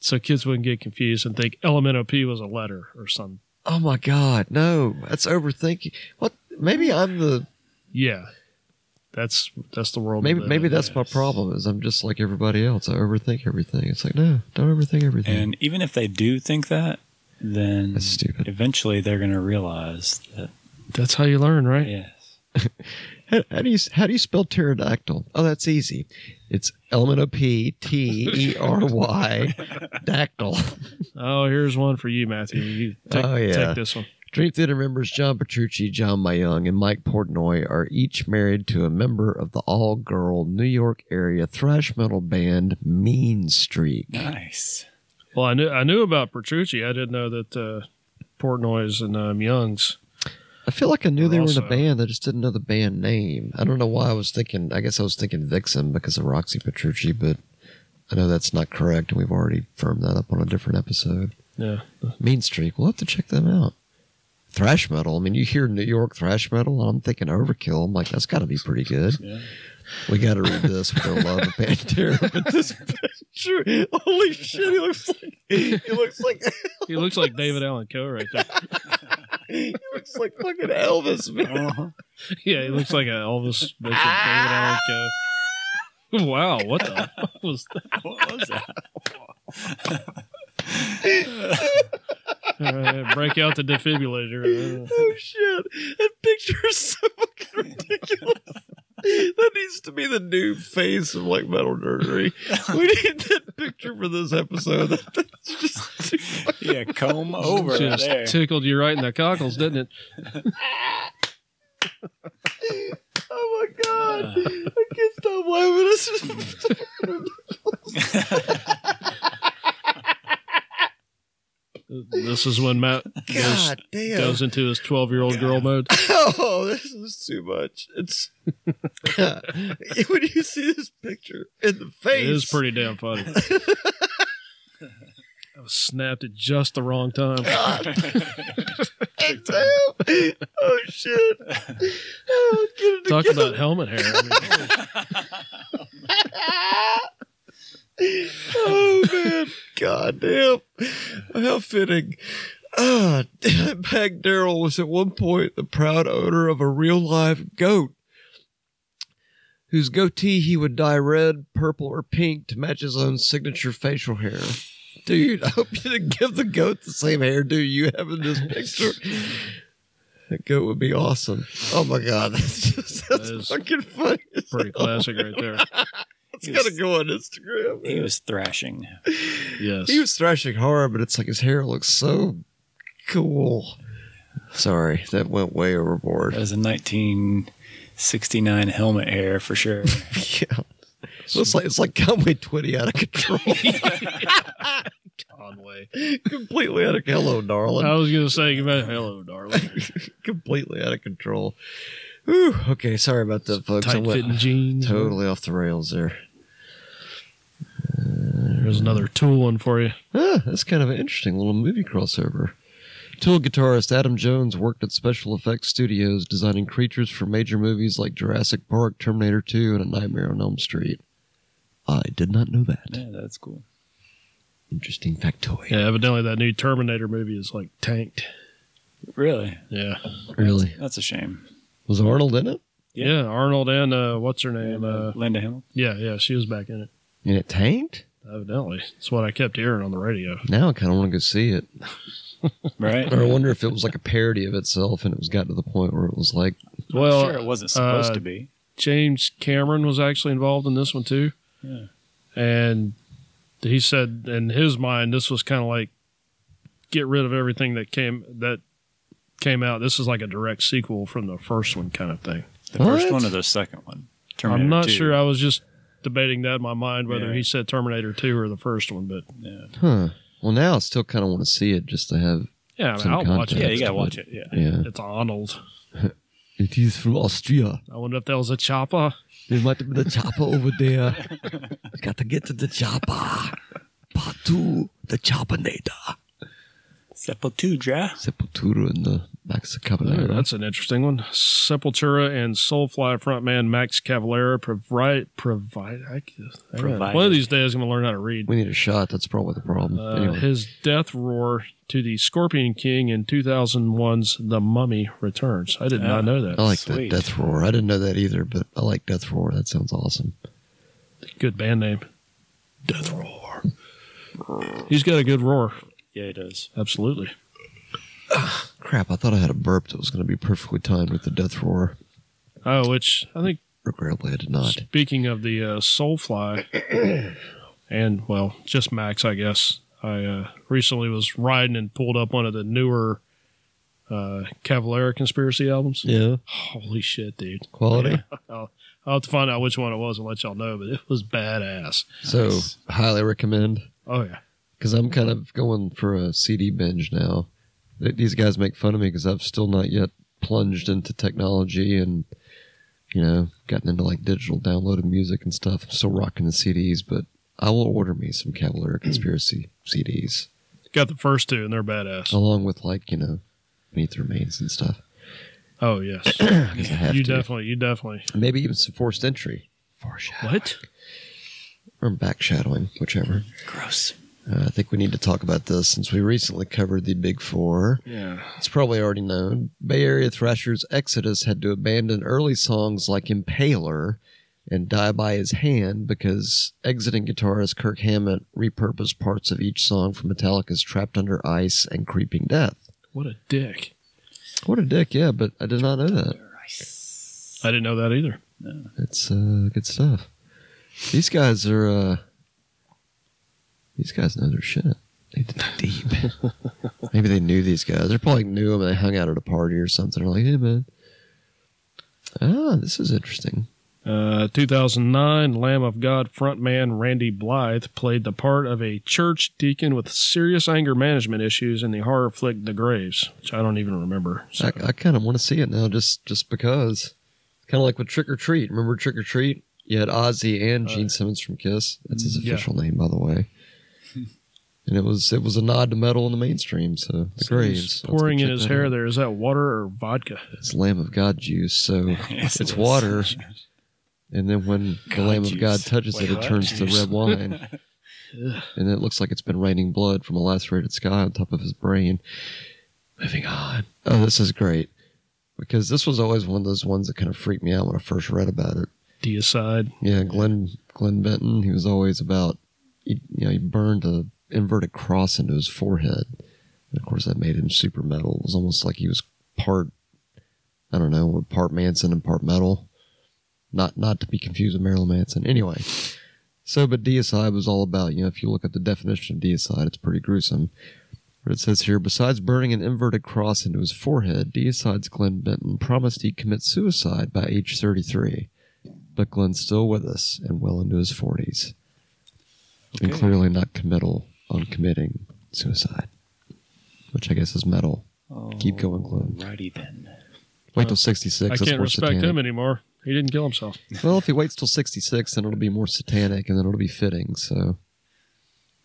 [SPEAKER 2] So kids wouldn't get confused and think LMNOP was a letter or something.
[SPEAKER 1] Oh, my God. No. That's overthinking. What? Maybe I'm the
[SPEAKER 2] Yeah. That's that's the world. we
[SPEAKER 1] maybe
[SPEAKER 2] live
[SPEAKER 1] maybe
[SPEAKER 2] in.
[SPEAKER 1] that's my problem is I'm just like everybody else. I overthink everything. It's like no, don't overthink everything.
[SPEAKER 3] And even if they do think that, then
[SPEAKER 1] That's stupid.
[SPEAKER 3] eventually they're going to realize that.
[SPEAKER 2] that's how you learn, right?
[SPEAKER 3] Yes.
[SPEAKER 1] How, how do you how do you spell pterodactyl? Oh, that's easy. It's L M O P T E R Y dactyl.
[SPEAKER 2] Oh, here's one for you, Matthew. You take,
[SPEAKER 1] Oh, yeah.
[SPEAKER 2] take this one.
[SPEAKER 1] Dream Theater members John Petrucci, John Mayung, and Mike Portnoy are each married to a member of the all-girl New York area thrash metal band Mean Streak.
[SPEAKER 3] Nice.
[SPEAKER 2] Well, I knew I knew about Petrucci. I didn't know that uh, Portnoy's and um, Young's.
[SPEAKER 1] I feel like I knew
[SPEAKER 2] We're
[SPEAKER 1] they were in
[SPEAKER 2] also-
[SPEAKER 1] a band. I just didn't know the band name. I don't know why I was thinking. I guess I was thinking Vixen because of Roxy Petrucci, but I know that's not correct, and we've already firmed that up on a different episode.
[SPEAKER 2] Yeah,
[SPEAKER 1] Mean Streak. We'll have to check them out. Thrash metal. I mean, you hear New York thrash metal, and I'm thinking Overkill. I'm like, that's got to be pretty good.
[SPEAKER 3] Yeah.
[SPEAKER 1] We got to read this with our love of Pantera. But this picture, holy shit, he looks like he looks like
[SPEAKER 2] he looks like David Allen Coe right there.
[SPEAKER 1] he looks like fucking Elvis, man.
[SPEAKER 3] Uh-huh.
[SPEAKER 2] Yeah, he looks like an Elvis Mitchell, David Allen Coe. Wow, what the fuck was that?
[SPEAKER 3] What was that?
[SPEAKER 2] All right, break out the defibrillator.
[SPEAKER 1] Oh shit! That picture is so fucking ridiculous. That needs to be the new face of like metal nerdery. We need that picture for this episode. That, that's just too
[SPEAKER 3] Yeah, comb over
[SPEAKER 2] Just
[SPEAKER 3] there.
[SPEAKER 2] tickled you right in the cockles, didn't it?
[SPEAKER 1] Oh my god! I can't stop laughing. It's just
[SPEAKER 2] This is when Matt goes,
[SPEAKER 1] god damn.
[SPEAKER 2] goes into his twelve-year-old girl mode.
[SPEAKER 1] Oh, this is too much. It's when you see this picture in the face.
[SPEAKER 2] It is pretty damn funny. I was snapped at just the wrong time.
[SPEAKER 1] damn. Oh shit! Oh, get it
[SPEAKER 2] Talk
[SPEAKER 1] together.
[SPEAKER 2] about helmet hair. I mean,
[SPEAKER 1] oh man, god damn, how fitting. Ah, Peg Darrell was at one point the proud owner of a real live goat, whose goatee he would dye red, purple, or pink to match his own signature facial hair. Dude, I hope you didn't give the goat the same hairdo you have in this picture. That goat would be awesome. Oh my god, that's just that's
[SPEAKER 2] That is
[SPEAKER 1] fucking funny.
[SPEAKER 2] pretty classic right there.
[SPEAKER 1] It's gotta go on Instagram.
[SPEAKER 3] He
[SPEAKER 1] man.
[SPEAKER 3] was thrashing.
[SPEAKER 2] Yes.
[SPEAKER 1] He was thrashing hard, but it's like his hair looks so cool. Sorry, that went way
[SPEAKER 3] That
[SPEAKER 1] overboard.
[SPEAKER 3] was a 1969 helmet hair for sure.
[SPEAKER 1] yeah. It's like it's like Conway Twitty out of control.
[SPEAKER 2] Conway.
[SPEAKER 1] Completely out of hello, darling.
[SPEAKER 2] I was gonna say goodbye. Hello, darling.
[SPEAKER 1] Completely out of control. Whew. Okay, sorry about that, folks. I
[SPEAKER 2] Tight
[SPEAKER 1] went
[SPEAKER 2] fitting jeans.
[SPEAKER 1] totally off the rails there.
[SPEAKER 2] There's another tool one for you.
[SPEAKER 1] Ah, that's kind of an interesting little movie crossover. Tool guitarist Adam Jones worked at special effects studios designing creatures for major movies like Jurassic Park, Terminator 2, and A Nightmare on Elm Street. I did not know that.
[SPEAKER 3] yeah, that's cool.
[SPEAKER 1] Interesting factoid.
[SPEAKER 2] Yeah, evidently that new Terminator movie is like tanked.
[SPEAKER 3] Really?
[SPEAKER 2] Yeah.
[SPEAKER 1] Really?
[SPEAKER 3] That's a shame.
[SPEAKER 1] Was Arnold in it?
[SPEAKER 2] Yeah, Arnold and uh, what's her name? Uh,
[SPEAKER 3] Linda Hamilton.
[SPEAKER 2] yeah, yeah, she was back in it.
[SPEAKER 1] And it tanked?
[SPEAKER 2] Evidently, that's what I kept hearing on the radio.
[SPEAKER 1] Now I kind of want to go see it.
[SPEAKER 3] Right?
[SPEAKER 1] Or I wonder if it was like a parody of itself and it was gotten to the point where it was like,
[SPEAKER 2] Well,
[SPEAKER 3] sure, it wasn't supposed
[SPEAKER 2] uh,
[SPEAKER 3] to be.
[SPEAKER 2] James Cameron was actually involved in this one too.
[SPEAKER 3] Yeah.
[SPEAKER 2] And he said in his mind this was kind of like get rid of everything that came that came out. This is like a direct sequel from the first one kind of thing.
[SPEAKER 3] The first
[SPEAKER 1] What?
[SPEAKER 3] one or the second one?
[SPEAKER 2] I'm
[SPEAKER 3] Terminator
[SPEAKER 2] not
[SPEAKER 3] 2.
[SPEAKER 2] sure. I was just debating that in my mind whether
[SPEAKER 3] Yeah.
[SPEAKER 2] he said Terminator 2 or the first one, but
[SPEAKER 3] Yeah,
[SPEAKER 1] huh. Well, now I still kind of want to see it just to have.
[SPEAKER 2] yeah, I mean,
[SPEAKER 1] Some
[SPEAKER 2] I'll watch
[SPEAKER 1] context.
[SPEAKER 3] yeah
[SPEAKER 2] it.
[SPEAKER 3] you got to watch it. Yeah.
[SPEAKER 1] Yeah.
[SPEAKER 2] It's Arnold.
[SPEAKER 1] It is from Austria.
[SPEAKER 2] I wonder if that was a chopper.
[SPEAKER 1] There might have been a chopper over there. Got to get to the chopper. Part two, the Choppinator.
[SPEAKER 3] Sepultura.
[SPEAKER 1] Sepultura and the Max
[SPEAKER 2] Oh,
[SPEAKER 1] Cavalera.
[SPEAKER 2] that's an interesting one. Sepultura and Soulfly frontman Max Cavalera provide provide. I, I
[SPEAKER 3] Provided.
[SPEAKER 2] One of these days, I'm gonna learn how to read.
[SPEAKER 1] we need a shot. That's probably the problem.
[SPEAKER 2] Uh,
[SPEAKER 1] anyway,
[SPEAKER 2] His death roar to the Scorpion King in 2001's The Mummy Returns. I did
[SPEAKER 3] Oh.
[SPEAKER 2] not know that.
[SPEAKER 1] I like
[SPEAKER 3] sweet.
[SPEAKER 1] that Death Roar. I didn't know that either, but I like Death Roar. That sounds awesome.
[SPEAKER 2] Good band name. Death roar. He's got a good roar.
[SPEAKER 3] Yeah, it does.
[SPEAKER 2] Absolutely.
[SPEAKER 1] Crap, I thought I had a burp that was going to be perfectly timed with the Death Roar.
[SPEAKER 2] Oh, which I think.
[SPEAKER 1] Regrettably, I did not.
[SPEAKER 2] Speaking of the uh, Soulfly, and well, just Max, I guess. I uh, recently was riding and pulled up one of the newer uh, Cavalera Conspiracy albums.
[SPEAKER 1] Yeah, Oh,
[SPEAKER 2] Holy shit, dude!
[SPEAKER 1] quality.
[SPEAKER 2] I'll, I'll have to find out which one it was and let y'all know, but it was badass.
[SPEAKER 1] So
[SPEAKER 3] Nice.
[SPEAKER 1] highly recommend
[SPEAKER 2] Oh yeah,
[SPEAKER 1] because I'm kind of going for a CD binge now. Th- These guys make fun of me because I've still not yet plunged into technology and you know gotten into like digital downloaded music and stuff. I'm still rocking the CDs, but I will order me some Cavalera Conspiracy CDs
[SPEAKER 2] got the first two and they're badass. Oh,
[SPEAKER 1] along with like you know Beneath the Remains and stuff.
[SPEAKER 2] Oh, yes,
[SPEAKER 1] 'Cause I have
[SPEAKER 2] you
[SPEAKER 1] to.
[SPEAKER 2] definitely, you definitely.
[SPEAKER 1] Maybe even some forced entry. Foreshadowing.
[SPEAKER 2] What?
[SPEAKER 1] Or back shadowing, whichever.
[SPEAKER 3] Gross.
[SPEAKER 1] Uh, I think we need to talk about this since we recently covered the Big Four.
[SPEAKER 2] Yeah.
[SPEAKER 1] It's probably already known. Bay Area Thrasher's Exodus had to abandon early songs like Impaler and Die by His Hand because exiting guitarist Kirk Hammett repurposed parts of each song from Metallica's Trapped Under Ice and Creeping Death.
[SPEAKER 2] What a dick.
[SPEAKER 1] What a dick, yeah, but I did not know that.
[SPEAKER 2] I didn't know that either.
[SPEAKER 1] It's uh, good stuff. These guys are. Uh, these guys know their shit. They did deep. Maybe they knew these guys. They probably knew them. And they hung out at a party or something. They're like, hey man, ah, this is interesting.
[SPEAKER 2] Uh, 2009, Lamb of God frontman Randy Blythe played the part of a church deacon with serious anger management issues in the horror flick The Graves, which I don't even remember. So,
[SPEAKER 1] I, I kind of want to see it now, just just because. Kind of like with Trick or Treat. Remember Trick or Treat? You had Ozzy and
[SPEAKER 2] Uh, mm,
[SPEAKER 1] Gene Simmons from Kiss. That's his
[SPEAKER 2] yeah.
[SPEAKER 1] official name, by the way. And it was it was a nod to metal in the mainstream. So the
[SPEAKER 2] so
[SPEAKER 1] Graves
[SPEAKER 2] he's pouring in his hair there. Is that water or vodka?
[SPEAKER 1] It's Lamb of God juice, so
[SPEAKER 3] Yes,
[SPEAKER 1] it's
[SPEAKER 3] it is.
[SPEAKER 1] water. And then when the
[SPEAKER 3] God
[SPEAKER 1] Lamb of
[SPEAKER 3] juice.
[SPEAKER 1] God touches
[SPEAKER 3] Wait,
[SPEAKER 1] it, it
[SPEAKER 3] what?
[SPEAKER 1] turns to
[SPEAKER 3] Juice.
[SPEAKER 1] red wine. and it looks like it's been raining blood from a lacerated sky on top of his brain. Moving on. Oh, this is great. Because this was always one of those ones that kind of freaked me out when I first read about it.
[SPEAKER 2] Deicide.
[SPEAKER 1] Yeah, Glenn Glenn Benton, he was always about he, you know, he burned a inverted cross into his forehead. And of course that made him super metal. It was almost like he was part I don't know, part Manson and part metal. Not not to be confused with Marilyn Manson. Anyway. So but deicide was all about, you know, if you look at the definition of deicide, it's pretty gruesome. But it says here, besides burning an inverted cross into his forehead, Deicide's Glenn Benton promised he'd commit suicide by age 33 but Glenn's still with us and well into his 40s, and
[SPEAKER 3] Okay.
[SPEAKER 1] clearly not committal on committing suicide, which I guess is metal. Keep going, Glenn.
[SPEAKER 3] Righty then.
[SPEAKER 1] Wait
[SPEAKER 2] Uh,
[SPEAKER 1] till 66.
[SPEAKER 2] I
[SPEAKER 1] that's
[SPEAKER 2] can't
[SPEAKER 1] more
[SPEAKER 2] respect
[SPEAKER 1] satanic.
[SPEAKER 2] him anymore. He didn't kill himself.
[SPEAKER 1] Well, if he waits till 66, then it'll be more satanic and then it'll be fitting. So,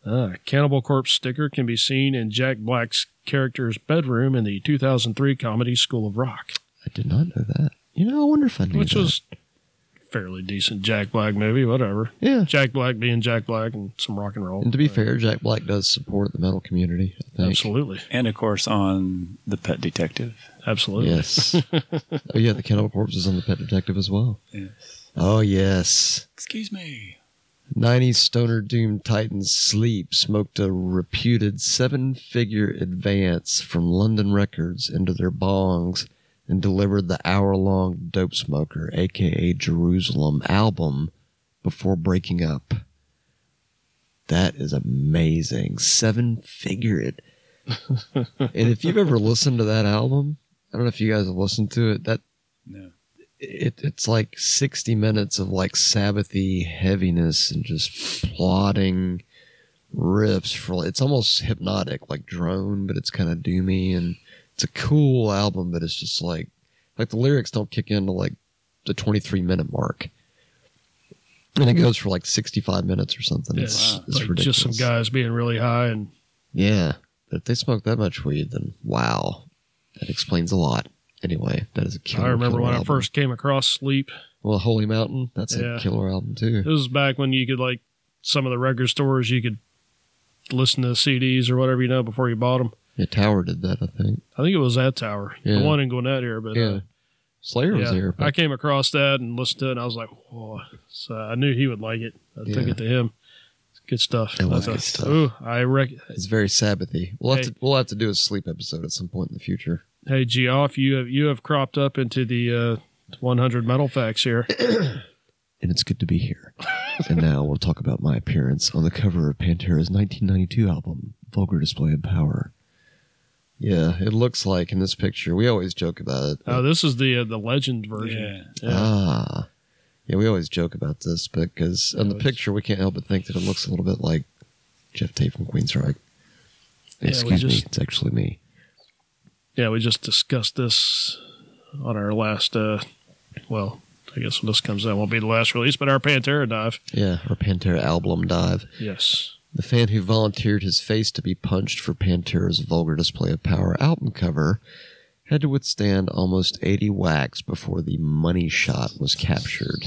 [SPEAKER 2] Ah, Cannibal Corpse sticker can be seen in Jack Black's character's bedroom in the 2003 comedy School of Rock,
[SPEAKER 1] I did not know that. You know, I wonder if I knew
[SPEAKER 2] which
[SPEAKER 1] that.
[SPEAKER 2] was fairly decent Jack Black movie, whatever.
[SPEAKER 1] yeah.
[SPEAKER 2] Jack Black being Jack Black and some rock and roll.
[SPEAKER 1] And to be
[SPEAKER 2] Uh,
[SPEAKER 1] fair, Jack Black does support the metal community. I think.
[SPEAKER 2] absolutely,
[SPEAKER 3] And of course, on the Pet Detective.
[SPEAKER 2] absolutely.
[SPEAKER 1] Yes. oh yeah, the Cannibal Corpse is on the Pet Detective as well.
[SPEAKER 3] Yes.
[SPEAKER 1] Oh yes.
[SPEAKER 3] Excuse me.
[SPEAKER 1] 90s stoner doom titan Sleep smoked a reputed seven figure advance from London Records into their bongs and delivered the hour long Dope Smoker, aka Jerusalem, album before breaking up. That is amazing. Seven figure it. and if you've ever listened to that album, I don't know if you guys have listened to it, that
[SPEAKER 3] No.
[SPEAKER 1] it, it's like 60 minutes of like sabbathy heaviness and just plodding riffs for it's almost hypnotic like drone but it's kind of doomy and it's a cool album but it's just like like the lyrics don't kick into like the 23 minute mark and it goes for like 65 minutes or something
[SPEAKER 2] Yeah,
[SPEAKER 1] it's,
[SPEAKER 3] wow.
[SPEAKER 1] it's
[SPEAKER 2] like
[SPEAKER 1] ridiculous
[SPEAKER 2] just some guys being really high and
[SPEAKER 1] yeah. But if they smoke that much weed, then wow. That explains a lot. Anyway, that is a killer.
[SPEAKER 2] I remember
[SPEAKER 1] killer
[SPEAKER 2] when I
[SPEAKER 1] album.
[SPEAKER 2] first came across Sleep.
[SPEAKER 1] Well, Holy Mountain, that's
[SPEAKER 2] Yeah.
[SPEAKER 1] a killer album
[SPEAKER 2] It
[SPEAKER 1] too.
[SPEAKER 2] was back when you could like some of the record stores you could listen to CDs or whatever you know before you bought them.
[SPEAKER 1] Yeah, Tower did that, I think.
[SPEAKER 2] I think it was that tower,
[SPEAKER 1] Yeah.
[SPEAKER 2] the one in Gwinnett here. But
[SPEAKER 1] yeah.
[SPEAKER 2] uh,
[SPEAKER 1] Slayer was
[SPEAKER 2] yeah,
[SPEAKER 1] there.
[SPEAKER 2] I
[SPEAKER 1] But
[SPEAKER 2] came across that and listened to it, and I was like, "Whoa!" So I knew he would like it. I took
[SPEAKER 1] Yeah.
[SPEAKER 2] it to him. It's Good stuff.
[SPEAKER 1] It
[SPEAKER 2] I
[SPEAKER 1] was
[SPEAKER 2] thought,
[SPEAKER 1] good stuff.
[SPEAKER 2] Ooh, I reckon.
[SPEAKER 1] it's very Sabbathy. We'll have
[SPEAKER 2] Hey.
[SPEAKER 1] to we'll have to do a sleep episode at some point in the future.
[SPEAKER 2] Hey, Geoff, you have you have cropped up into the uh, 100 metal facts here.
[SPEAKER 1] and it's good to be here. and now we'll talk about my appearance on the cover of Pantera's 1992 album, Vulgar Display of Power. Yeah, it looks like in this picture. We always joke about it.
[SPEAKER 2] Oh, this is the uh, the legend version.
[SPEAKER 3] Yeah.
[SPEAKER 2] Yeah.
[SPEAKER 1] Ah. Yeah, we always joke about this, but because on the
[SPEAKER 2] Always.
[SPEAKER 1] picture, we can't help but think that it looks a little bit like Jeff Tate from Queensryche.
[SPEAKER 2] we
[SPEAKER 1] Excuse
[SPEAKER 2] just-
[SPEAKER 1] me, it's actually me.
[SPEAKER 2] Yeah, we just discussed this on our last, uh, well, I guess when this comes out, won't be the last release, but our Pantera dive.
[SPEAKER 1] Yeah, our Pantera album dive.
[SPEAKER 2] Yes.
[SPEAKER 1] The fan who volunteered his face to be punched for Pantera's vulgar display of power album cover had to withstand almost 80 whacks before the money shot was captured.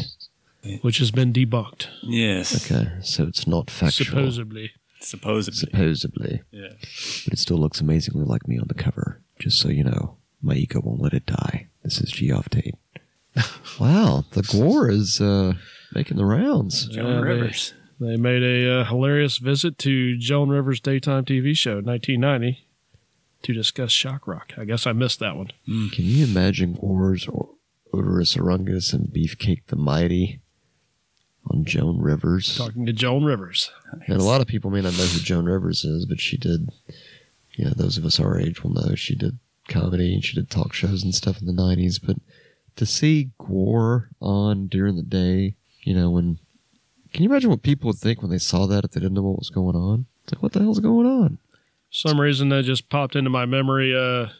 [SPEAKER 2] Which has been debunked,
[SPEAKER 3] Yes.
[SPEAKER 1] Okay, so it's not factual.
[SPEAKER 2] supposedly.
[SPEAKER 3] Supposedly.
[SPEAKER 1] Supposedly.
[SPEAKER 3] yeah.
[SPEAKER 1] But it still looks amazingly like me on the cover. Just so you know, my ego won't let it die. This is Geoff Tate. wow, the gore is uh, making the rounds.
[SPEAKER 3] Joan
[SPEAKER 2] Yeah, they-
[SPEAKER 3] Rivers.
[SPEAKER 2] They made a uh, hilarious visit to Joan Rivers' daytime TV show in 1990 to discuss shock rock. I guess I missed that one.
[SPEAKER 1] Can you imagine Gore's or Odorous Arungus and Beefcake the Mighty on Joan Rivers?
[SPEAKER 2] Talking to Joan Rivers.
[SPEAKER 1] And a lot of people may not know who Joan Rivers is, but she did, you know, those of us our age will know she did comedy and she did talk shows and stuff in the 90s. But to see Gore on during the day, you know, when. Can you imagine what people would think when they saw that if they didn't know what was going on? It's like, what the hell's going on?
[SPEAKER 2] For some reason that just popped into my memory. Uh,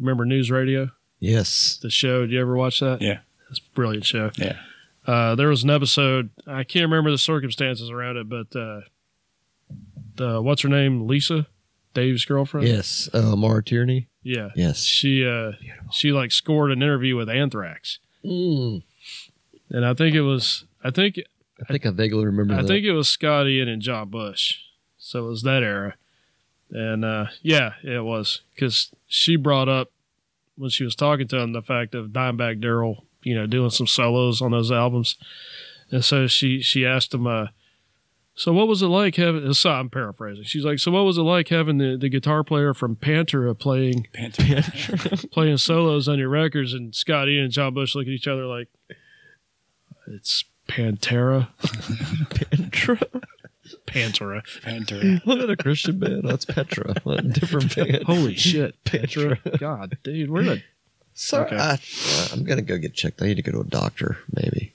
[SPEAKER 2] remember News Radio,
[SPEAKER 1] Yes.
[SPEAKER 2] the show? Did you ever watch that?
[SPEAKER 3] Yeah.
[SPEAKER 2] it's a brilliant show.
[SPEAKER 3] Yeah.
[SPEAKER 2] Uh, there was an episode. I can't remember the circumstances around it, but uh, the what's her name, Lisa, Dave's girlfriend.
[SPEAKER 1] Yes. Uh, Mara Tierney?
[SPEAKER 2] yeah.
[SPEAKER 1] Yes.
[SPEAKER 2] She uh, she like scored an interview with Anthrax,
[SPEAKER 1] Mm.
[SPEAKER 2] and I think it was I think
[SPEAKER 1] I think I vaguely remember
[SPEAKER 2] I
[SPEAKER 1] that.
[SPEAKER 2] think it was Scott Ian and John Bush. So it was that era. And uh, yeah, it was. Because she brought up, when she was talking to him, the fact of Dimebag Daryl, you know, doing some solos on those albums. And so she, she asked him, uh, so what was it like having, so I'm paraphrasing. She's like, so what was it like having the, the guitar player from Pantera playing
[SPEAKER 3] Panther.
[SPEAKER 2] playing solos on your records? And Scott Ian and John Bush look at each other like, it's Pantera. Pantera.
[SPEAKER 3] Panther.
[SPEAKER 1] Look at a Christian band. That's Petra. What a different band.
[SPEAKER 2] Holy shit, Petra. God, dude, we're the
[SPEAKER 1] Sorry,
[SPEAKER 2] Okay.
[SPEAKER 1] I, I'm gonna go get checked. I need to go to a doctor, maybe.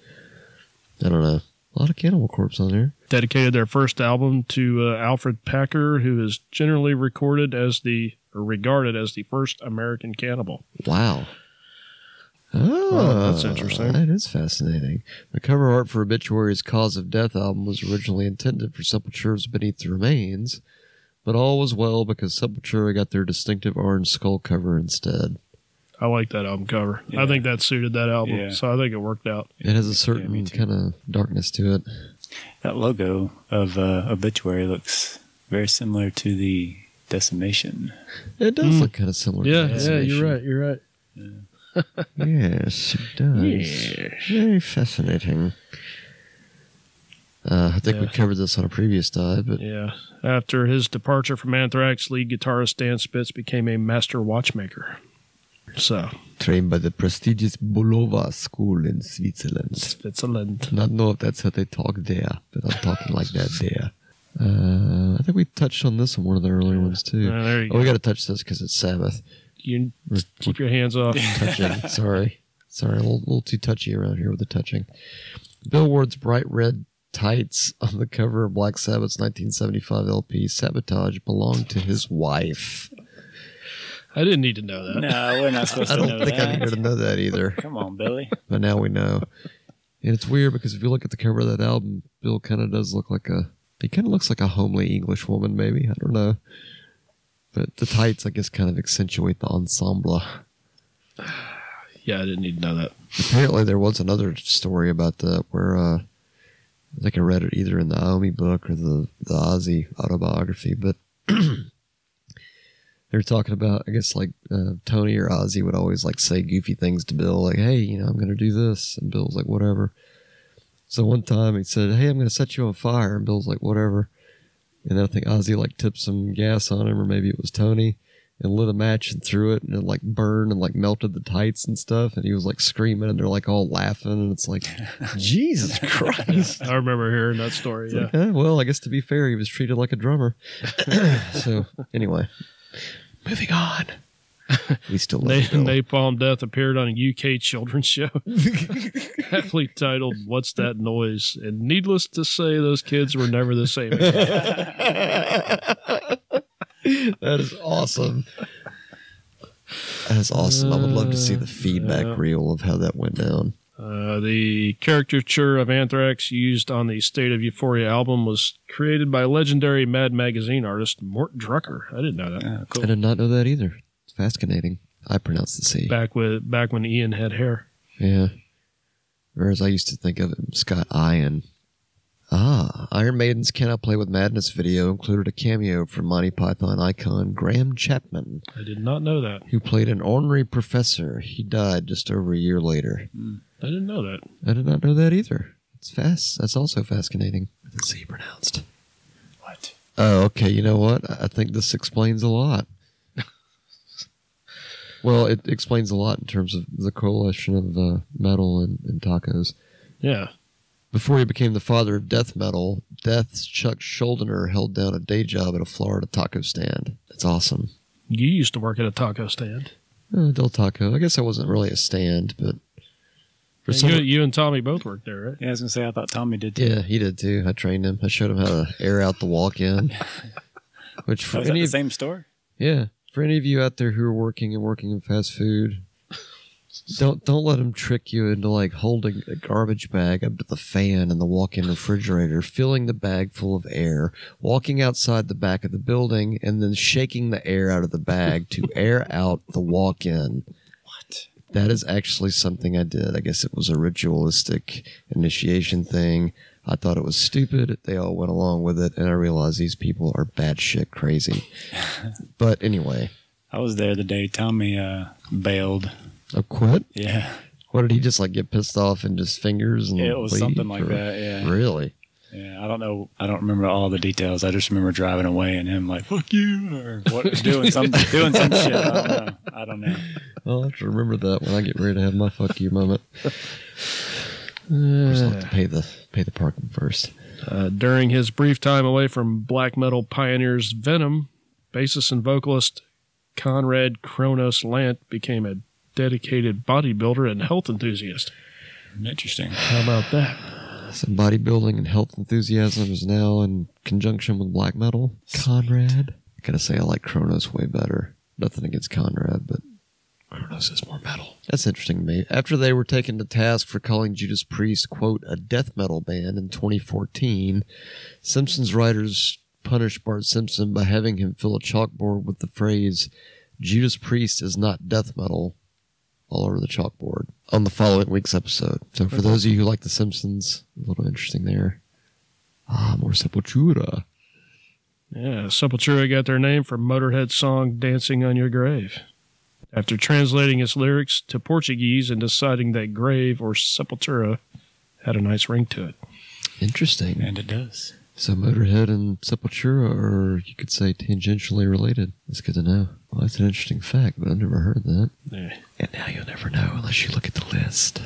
[SPEAKER 1] I don't know. A lot of Cannibal Corpse on there.
[SPEAKER 2] dedicated their first album to uh, Alfred Packer, who is generally recorded as the or regarded as the first American cannibal.
[SPEAKER 1] Wow. Oh,
[SPEAKER 2] Wow, that's interesting.
[SPEAKER 1] That is fascinating. The cover art for Obituary's Cause of Death album was originally intended for Sepultura's Beneath the Remains, but all was well because Sepultura got their distinctive orange skull cover instead.
[SPEAKER 2] I like that album cover.
[SPEAKER 3] Yeah.
[SPEAKER 2] I think that suited that album,
[SPEAKER 3] Yeah.
[SPEAKER 2] so I think it worked out.
[SPEAKER 1] It has a
[SPEAKER 3] Yeah,
[SPEAKER 1] certain
[SPEAKER 3] me too.
[SPEAKER 1] kind of darkness to it.
[SPEAKER 3] That logo of uh, obituary looks very similar to the decimation.
[SPEAKER 1] It does
[SPEAKER 2] Mm.
[SPEAKER 1] look kind of similar. to
[SPEAKER 2] Yeah, yeah,
[SPEAKER 1] Fascination.
[SPEAKER 2] you're right, you're right.
[SPEAKER 1] Yes, it does. Very fascinating. Uh, I think we
[SPEAKER 2] Yeah.
[SPEAKER 1] covered this on a previous dive, but
[SPEAKER 2] Yeah. After his departure from Anthrax, lead guitarist Dan Spitz became a master watchmaker. So,
[SPEAKER 1] trained by the prestigious Bulova School in Switzerland.
[SPEAKER 2] Switzerland.
[SPEAKER 1] Not know if that's how they talk there, but I'm talking like that there. Uh, I think we touched on this in one of the earlier ones too.
[SPEAKER 2] Uh, there you
[SPEAKER 1] Oh,
[SPEAKER 2] go.
[SPEAKER 1] we got to touch this because it's Sabbath.
[SPEAKER 2] You keep your hands off.
[SPEAKER 1] touching. Sorry. Sorry, a little, little too touchy around here with the touching. Bill Ward's bright red tights on the cover of Black Sabbath's 1975 LP Sabotage belonged to his wife.
[SPEAKER 2] I didn't need to know that.
[SPEAKER 3] No, we're not supposed
[SPEAKER 1] I
[SPEAKER 3] to
[SPEAKER 1] don't
[SPEAKER 3] know
[SPEAKER 1] think I
[SPEAKER 3] that.
[SPEAKER 1] needed to know that either,
[SPEAKER 3] Come on, Billy.
[SPEAKER 1] but now we know. And it's weird because if you look at the cover of that album, Bill kind of does look like a he kind of looks like a homely English woman, maybe I don't know. But the tights, I guess, kind of accentuate the ensemble.
[SPEAKER 2] Yeah, I didn't need to know that.
[SPEAKER 1] apparently there was another story about that where uh, I think I read it either in the Naomi book or the the Ozzy autobiography, but they were talking about I guess like uh, Tony or Ozzy would always like say goofy things to Bill, like "Hey, you know, I'm going to do this," and Bill's like, "Whatever." So one time he said, "Hey, I'm going to set you on fire," and Bill's like, "Whatever." And then I think Ozzy like tipped some gas on him, or maybe it was Tony. and lit a match and threw it and it like burned and like melted the tights and stuff and he was like screaming and they're like all laughing and it's like Jesus Christ.
[SPEAKER 2] I remember hearing that story.
[SPEAKER 1] It's
[SPEAKER 2] Yeah.
[SPEAKER 1] like, eh, well, I guess to be fair, he was treated like a drummer. so anyway, moving on. We still
[SPEAKER 2] Na-
[SPEAKER 1] love Bill.
[SPEAKER 2] Napalm Death appeared on a UK children's show, aptly titled "What's That Noise?" And needless to say, those kids were never the same. again.
[SPEAKER 1] That is awesome. That is awesome. I would love to see the feedback
[SPEAKER 2] Uh, yeah.
[SPEAKER 1] reel of how that went down.
[SPEAKER 2] Uh, the caricature of Anthrax used on the State of Euphoria album was created by legendary Mad Magazine artist Mort Drucker. I didn't know that.
[SPEAKER 3] Yeah,
[SPEAKER 1] I
[SPEAKER 3] Oh, cool.
[SPEAKER 1] did not know that either. It's fascinating. I pronounce the C.
[SPEAKER 2] Back with back when Ian had hair.
[SPEAKER 1] Yeah. Or as I used to think of him, Scott Ian. Ah, Iron Maiden's Cannot Play with Madness video included a cameo from Monty Python icon Graham Chapman,
[SPEAKER 2] I did not know that.
[SPEAKER 1] who played an ornery professor. He died just over a year later.
[SPEAKER 2] I didn't know that.
[SPEAKER 1] I did not know that either. It's fast. That's also fascinating. The C pronounced.
[SPEAKER 3] What?
[SPEAKER 1] Oh, okay. You know what? I I think this explains a lot. well, it explains a lot in terms of the coalition of uh, metal and, and tacos.
[SPEAKER 2] Yeah.
[SPEAKER 1] Before he became the father of death metal, Death's Chuck Schuldiner held down a day job at a Florida taco stand. That's awesome.
[SPEAKER 2] You used to work at a taco stand.
[SPEAKER 1] Uh, Del Taco. I guess I wasn't really a stand, but for
[SPEAKER 2] And
[SPEAKER 1] some,
[SPEAKER 2] You, you and Tommy both worked there, right?
[SPEAKER 3] Yeah, I was gonna say I thought Tommy did. Too.
[SPEAKER 1] yeah, he did too. I trained him. I showed him how to air out the walk-in. Which for
[SPEAKER 3] Oh, is that
[SPEAKER 1] any
[SPEAKER 3] the
[SPEAKER 1] of
[SPEAKER 3] same store?
[SPEAKER 1] Yeah, for any of you out there who are working and working in fast food, don't don't let them trick you into like holding a garbage bag up to the fan in the walk-in refrigerator, filling the bag full of air, walking outside the back of the building, and then shaking the air out of the bag to air out the walk-in.
[SPEAKER 3] What?
[SPEAKER 1] That is actually something I did. I guess it was a ritualistic initiation thing. I thought it was stupid. They all went along with it, and I realized these people are batshit crazy. But anyway,
[SPEAKER 3] I was there the day Tommy uh, bailed.
[SPEAKER 1] I quit.
[SPEAKER 3] Yeah,
[SPEAKER 1] What did he just like get pissed off and just fingers and
[SPEAKER 3] it was
[SPEAKER 1] leave,
[SPEAKER 3] something like
[SPEAKER 1] or-
[SPEAKER 3] that. Yeah.
[SPEAKER 1] Really?
[SPEAKER 3] yeah, I don't know. I don't remember all the details. I just remember driving away and him like "fuck you" or what doing some doing some shit. I don't know. I don't know.
[SPEAKER 1] I'll have to remember that when I get ready to have my fuck you moment. First, I'll have to pay the pay the parking first.
[SPEAKER 2] Uh, during his brief time away from black metal pioneers Venom, bassist and vocalist Conrad Kronos Lant became a dedicated bodybuilder and health enthusiast.
[SPEAKER 3] Interesting.
[SPEAKER 2] How about that?
[SPEAKER 1] So bodybuilding and health enthusiasm is now in conjunction with black metal. Conrad. I gotta say I like Kronos way better. Nothing against Conrad, but Kronos is more metal. That's interesting to me. After they were taken to task for calling Judas Priest, quote, a death metal band in 2014, Simpsons writers punished Bart Simpson by having him fill a chalkboard with the phrase, Judas Priest is not death metal, all over the chalkboard on the following week's episode. So, for those of you who like The Simpsons, a little interesting there. Ah, more Sepultura.
[SPEAKER 2] Yeah, Sepultura got their name from Motorhead's song Dancing on Your Grave. After translating its lyrics to Portuguese and deciding that grave or Sepultura had a nice ring to it.
[SPEAKER 1] Interesting.
[SPEAKER 3] And it does.
[SPEAKER 1] So Motorhead and Sepultura are, you could say, tangentially related. That's good to know. Well, that's an interesting fact, but I've never heard that.
[SPEAKER 2] Yeah.
[SPEAKER 1] And now you'll never know unless you look at the list.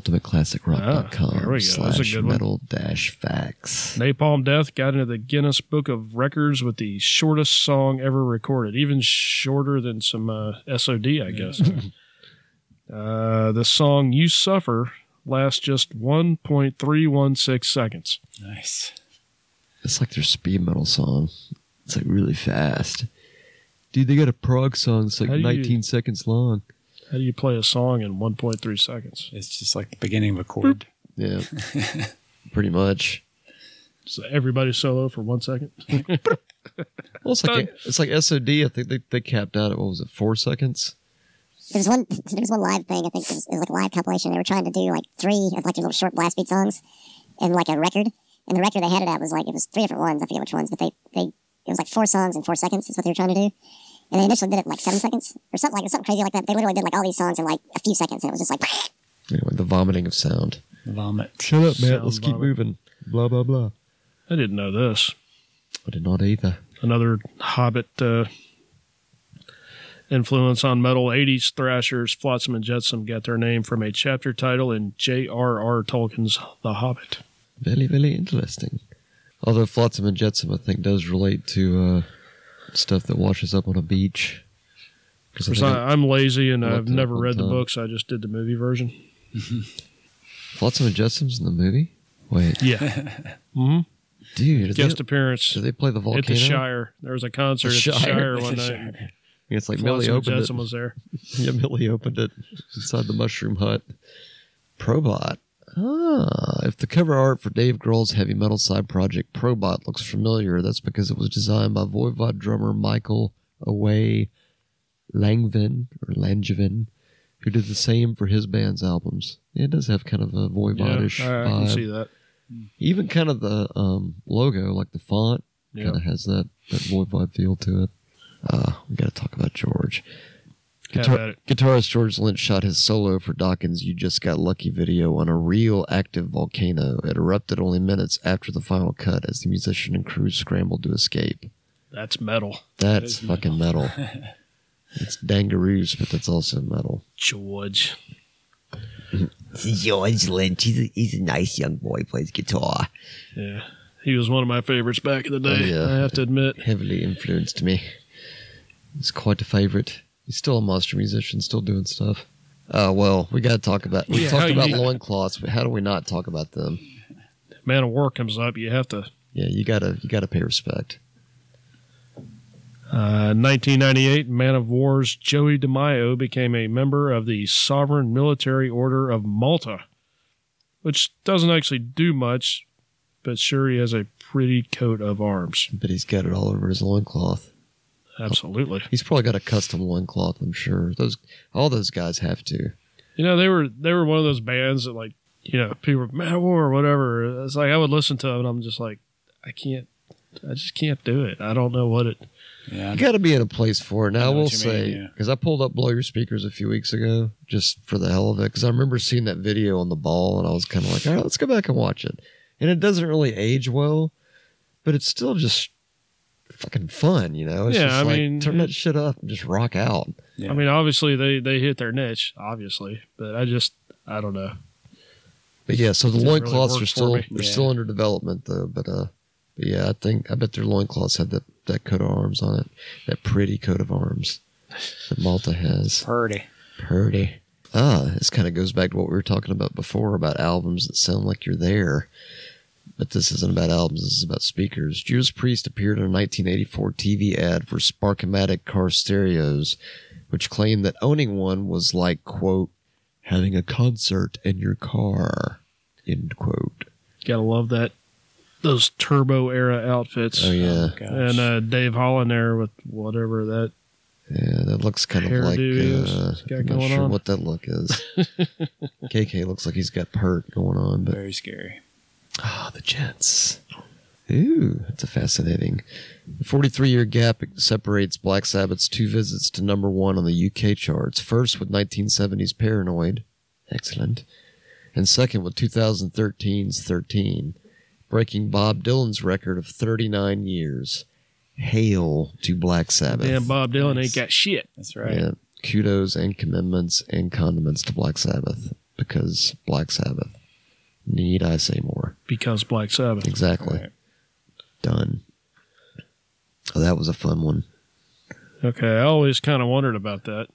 [SPEAKER 1] UltimateClassicRock.com
[SPEAKER 2] Ah, there we go. That's a
[SPEAKER 1] slash
[SPEAKER 2] good one.
[SPEAKER 1] metal dash facts.
[SPEAKER 2] Napalm Death got into the Guinness Book of Records with the shortest song ever recorded, even shorter than some uh, SOD, I guess. uh, the song You Suffer lasts just 1.316 seconds.
[SPEAKER 3] Nice.
[SPEAKER 1] It's like their speed metal song. It's like really fast. Dude, they got a prog song that's like
[SPEAKER 2] How do you-
[SPEAKER 1] 19 seconds long.
[SPEAKER 2] How do you play a song in 1.3 seconds?
[SPEAKER 3] It's just like the beginning of a chord.
[SPEAKER 1] Yeah. Pretty much.
[SPEAKER 2] So everybody solo for one second?
[SPEAKER 1] Well, it's like it's like SOD. I think they, they capped out at what was it, four seconds?
[SPEAKER 5] There was one. There was one live thing. I think it was, it was like a live compilation. They were trying to do like three of like your little short blast beat songs, and like a record. And the record they had it at was like it was three different ones. I forget which ones, but they they it was like four songs in four seconds. Is what they were trying to do. And they initially did it in like seven seconds or something like something crazy like that. They literally did like all these songs in like a few seconds, and it was just like
[SPEAKER 1] Anyway, the vomiting of sound.
[SPEAKER 3] Vomit.
[SPEAKER 1] Shut up, man.
[SPEAKER 2] Sound
[SPEAKER 1] Let's keep
[SPEAKER 2] vomit.
[SPEAKER 1] moving. Blah, blah, blah.
[SPEAKER 2] I didn't know this.
[SPEAKER 1] I did not either.
[SPEAKER 2] Another Hobbit uh, Influence on metal 80s thrashers Flotsam and Jetsam got their name from a chapter title in J.R.R. Tolkien's The Hobbit.
[SPEAKER 1] Very, very interesting. Although Flotsam and Jetsam, I think, does relate to uh, stuff that washes up on a beach. 'Cause I
[SPEAKER 2] Of course,
[SPEAKER 1] think
[SPEAKER 2] I, I'm lazy and
[SPEAKER 1] I
[SPEAKER 2] I've
[SPEAKER 1] looked it up
[SPEAKER 2] never
[SPEAKER 1] one
[SPEAKER 2] read the
[SPEAKER 1] time.
[SPEAKER 2] books. I just did the movie version.
[SPEAKER 1] Flotsam and Jetsam's in the movie? Wait, Mm-hmm.
[SPEAKER 2] Yeah. hmm
[SPEAKER 1] dude, do
[SPEAKER 2] Guest
[SPEAKER 1] they,
[SPEAKER 2] appearance
[SPEAKER 1] do they play the volcano?
[SPEAKER 2] at the Shire. There was a concert at the
[SPEAKER 1] Shire.
[SPEAKER 2] Shire one night.
[SPEAKER 1] It's like Millie
[SPEAKER 2] Flotsam and
[SPEAKER 1] opened it.
[SPEAKER 2] Jetsam was there.
[SPEAKER 1] Yeah, Millie opened it inside the mushroom hut. Probot. Ah, if the cover art for Dave Grohl's heavy metal side project Probot looks familiar, that's because it was designed by Voivod drummer Michael Away Langvin or Langevin, who did the same for his band's albums. It does have kind of a Voivodish
[SPEAKER 2] Yeah, I, I can
[SPEAKER 1] vibe.
[SPEAKER 2] see that.
[SPEAKER 1] Even kind of the um, logo, like the font,
[SPEAKER 2] Yeah.
[SPEAKER 1] kind of has that that Voivod feel to it. Uh, we got to talk about George.
[SPEAKER 2] Have
[SPEAKER 1] Guitar-
[SPEAKER 2] at it.
[SPEAKER 1] Guitarist George Lynch shot his solo for Dawkins' You Just Got Lucky video on a real active volcano. It erupted only minutes after the final cut as the musician and crew scrambled to escape.
[SPEAKER 2] That's metal.
[SPEAKER 1] That's
[SPEAKER 3] is
[SPEAKER 1] fucking metal. it's dangaroos, but that's also metal.
[SPEAKER 2] George.
[SPEAKER 4] George Lynch. He's a, he's a nice young boy. Plays guitar.
[SPEAKER 2] Yeah. He was one of my favorites back in the day.
[SPEAKER 1] Oh, yeah.
[SPEAKER 2] I have to admit.
[SPEAKER 1] Heavily influenced me. He's quite a favorite. He's still a monster musician, still doing stuff. Uh, well, we got to talk about. We
[SPEAKER 2] Yeah,
[SPEAKER 1] talked
[SPEAKER 2] how
[SPEAKER 1] about
[SPEAKER 2] you-
[SPEAKER 1] loincloths, but how do we not talk about them?
[SPEAKER 2] Man of War comes up. You have to.
[SPEAKER 1] Yeah, you gotta you gotta pay respect.
[SPEAKER 2] Uh, 1998, Man of War's Joey DeMaio became a member of the Sovereign Military Order of Malta, which doesn't actually do much, but sure he has a pretty coat of arms.
[SPEAKER 1] But he's got it all over his loincloth.
[SPEAKER 2] Absolutely.
[SPEAKER 1] He's probably got a custom loincloth, I'm sure. Those all those guys have to.
[SPEAKER 2] You know, they were they were one of those bands that like, you know, people were Man of War or whatever. It's like I would listen to them and I'm just like, I can't I just can't do it. I don't know what it
[SPEAKER 3] Yeah,
[SPEAKER 1] You got to be in a place for it. Now
[SPEAKER 3] I
[SPEAKER 1] I,
[SPEAKER 3] know
[SPEAKER 1] will
[SPEAKER 3] what you mean,
[SPEAKER 1] say
[SPEAKER 3] yeah.
[SPEAKER 1] because I pulled up blow your speakers a few weeks ago just for the hell of it because I remember seeing that video on the ball and I was kind of like, all right, let's go back and watch it. And it doesn't really age well, but it's still just fucking fun, you know. It's
[SPEAKER 2] Yeah,
[SPEAKER 1] just
[SPEAKER 2] I
[SPEAKER 1] like,
[SPEAKER 2] mean,
[SPEAKER 1] turn
[SPEAKER 2] it-
[SPEAKER 1] that shit up and just rock out.
[SPEAKER 3] Yeah.
[SPEAKER 2] I mean, obviously they they hit their niche, obviously, but I just I don't know.
[SPEAKER 1] But yeah, so the
[SPEAKER 2] Didn't really
[SPEAKER 1] loincloths
[SPEAKER 2] work
[SPEAKER 1] are
[SPEAKER 2] for
[SPEAKER 1] still
[SPEAKER 2] me.
[SPEAKER 1] they're still
[SPEAKER 3] Yeah.
[SPEAKER 1] under development though. But uh, but yeah, I think I bet their loincloths had that that coat of arms on it, that pretty coat of arms that Malta has.
[SPEAKER 3] Purdy.
[SPEAKER 1] Pretty. Ah, this kind of goes back to what we were talking about before about albums that sound like you're there. But this isn't about albums, this is about speakers. Judas Priest appeared in a 1984 TV ad for Sparkomatic car stereos, which claimed that owning one was like, quote, having a concert in your car, end quote.
[SPEAKER 2] Gotta love that those turbo era outfits.
[SPEAKER 1] Oh, yeah.
[SPEAKER 3] Gosh.
[SPEAKER 2] And uh, Dave Holland there with whatever that
[SPEAKER 1] Yeah, that looks kind of like.
[SPEAKER 2] Hairdo is-
[SPEAKER 1] Uh,
[SPEAKER 2] it's got
[SPEAKER 1] I'm not
[SPEAKER 2] going
[SPEAKER 1] sure
[SPEAKER 2] on.
[SPEAKER 1] what that look is. KK looks like he's got pert going on, but
[SPEAKER 3] Very scary.
[SPEAKER 1] Ah, the Jets. Ooh, that's a fascinating. The 43 year gap separates Black Sabbath's two visits to number one on the UK charts. First with 1970's Paranoid, excellent, and second with 2013's 13, breaking Bob Dylan's record of 39 years. Hail to Black Sabbath.
[SPEAKER 2] damn Bob Dylan
[SPEAKER 3] Nice.
[SPEAKER 2] ain't got shit.
[SPEAKER 3] That's right.
[SPEAKER 1] Yeah. Kudos and commitments and condiments to Black Sabbath because Black Sabbath. Need I say more?
[SPEAKER 2] Because Black Sabbath.
[SPEAKER 1] Exactly.
[SPEAKER 3] Right.
[SPEAKER 1] Done. Oh, that was a fun one.
[SPEAKER 2] Okay, I always kind of wondered about that.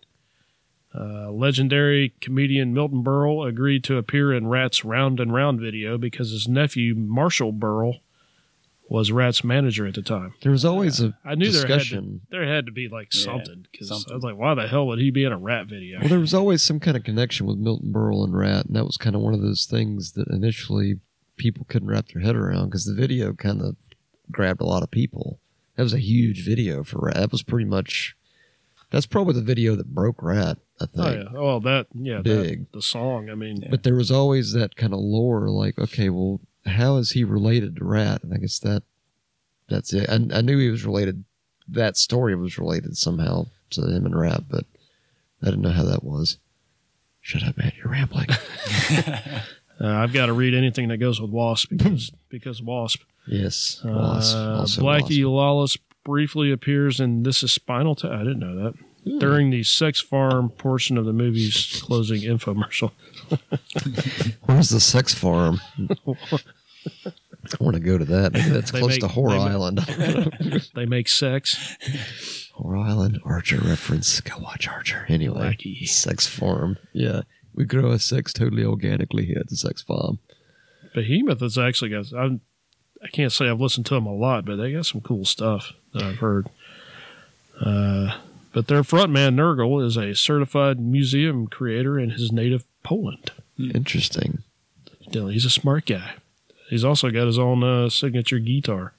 [SPEAKER 2] Uh, legendary comedian Milton Berle agreed to appear in Rat's Round and Round video because his nephew Marshall Berle was Rat's manager at the time.
[SPEAKER 1] There was always a
[SPEAKER 2] I knew there had to-
[SPEAKER 1] discussion.
[SPEAKER 2] There had to be like
[SPEAKER 3] Yeah,
[SPEAKER 2] something because I
[SPEAKER 3] something.
[SPEAKER 2] was like, why the hell would he be in a rat video?
[SPEAKER 1] well, there was always some kind of connection with Milton Berle and Rat, and that was kind of one of those things that initially people couldn't wrap their head around because the video kind of grabbed a lot of people. That was a huge video for Rat. That was pretty much. That's probably the video that broke Rat. I think.
[SPEAKER 2] Oh yeah. Well, that yeah, that,
[SPEAKER 1] Big.
[SPEAKER 2] the song. I mean,
[SPEAKER 1] But there was always that kind of lore, like, okay, well, how is he related to Rat? And I guess that that's it. I, I knew he was related. That story was related somehow to him and Rat, but I didn't know how that was. Shut up, man! You're rambling.
[SPEAKER 2] uh, I've got to read anything that goes with Wasp because because Wasp.
[SPEAKER 1] yes,
[SPEAKER 2] Uh,
[SPEAKER 1] Wasp, also
[SPEAKER 2] Blackie
[SPEAKER 1] Wasp.
[SPEAKER 2] Lawless briefly appears in This Is Spinal Tap. I didn't know that. during the sex farm portion of the movie's closing infomercial.
[SPEAKER 1] Where's the sex farm? I want to go to that. Maybe that's
[SPEAKER 2] They
[SPEAKER 1] close
[SPEAKER 2] make-
[SPEAKER 1] to Horror
[SPEAKER 2] they make-
[SPEAKER 1] Island.
[SPEAKER 2] They make sex.
[SPEAKER 1] Horror Island, Archer reference. Go watch Archer. Anyway,
[SPEAKER 2] Wacky.
[SPEAKER 1] sex farm. Yeah. We grow our sex totally organically here at the sex farm.
[SPEAKER 2] Behemoth has actually got. I'm, I can't say I've listened to them a lot, but they got some cool stuff that I've heard. Uh, but their frontman Nurgle is a certified museum creator in his native Poland.
[SPEAKER 1] Interesting.
[SPEAKER 2] Dylan, he's a smart guy. He's also got his own uh, signature guitar.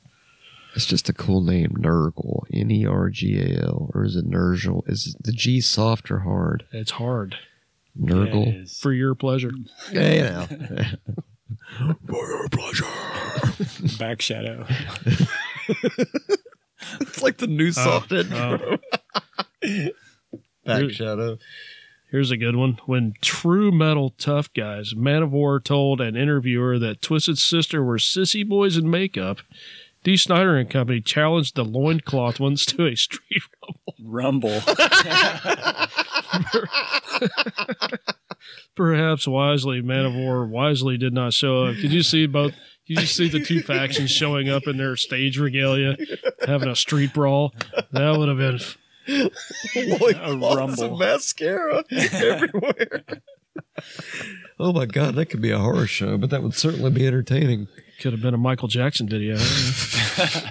[SPEAKER 1] It's just a cool name, Nurgle. N E R G A L. Or is it Nurgle? Is the G soft or hard?
[SPEAKER 2] It's hard
[SPEAKER 1] Nurgle.
[SPEAKER 2] for your pleasure.
[SPEAKER 1] Yeah, you know.
[SPEAKER 3] Back shadow.
[SPEAKER 1] it's like the
[SPEAKER 2] Uh,
[SPEAKER 1] new soft
[SPEAKER 2] Oh,
[SPEAKER 1] back shadow.
[SPEAKER 2] here's a good one. When true metal tough guys, Man of War told an interviewer that Twisted Sister were sissy boys in makeup, D. Snyder and Company challenged the loincloth ones to a street
[SPEAKER 3] Rumble.
[SPEAKER 2] Perhaps wisely, Man of War wisely did not show up. Did you see both? Did you see the two factions showing up in their stage regalia, having a street brawl? That would have been.
[SPEAKER 1] Loincloths
[SPEAKER 3] rumble.
[SPEAKER 1] and mascara everywhere. oh my god, that could be a horror show, but that would certainly be entertaining.
[SPEAKER 2] Could have been a Michael Jackson video.
[SPEAKER 1] Just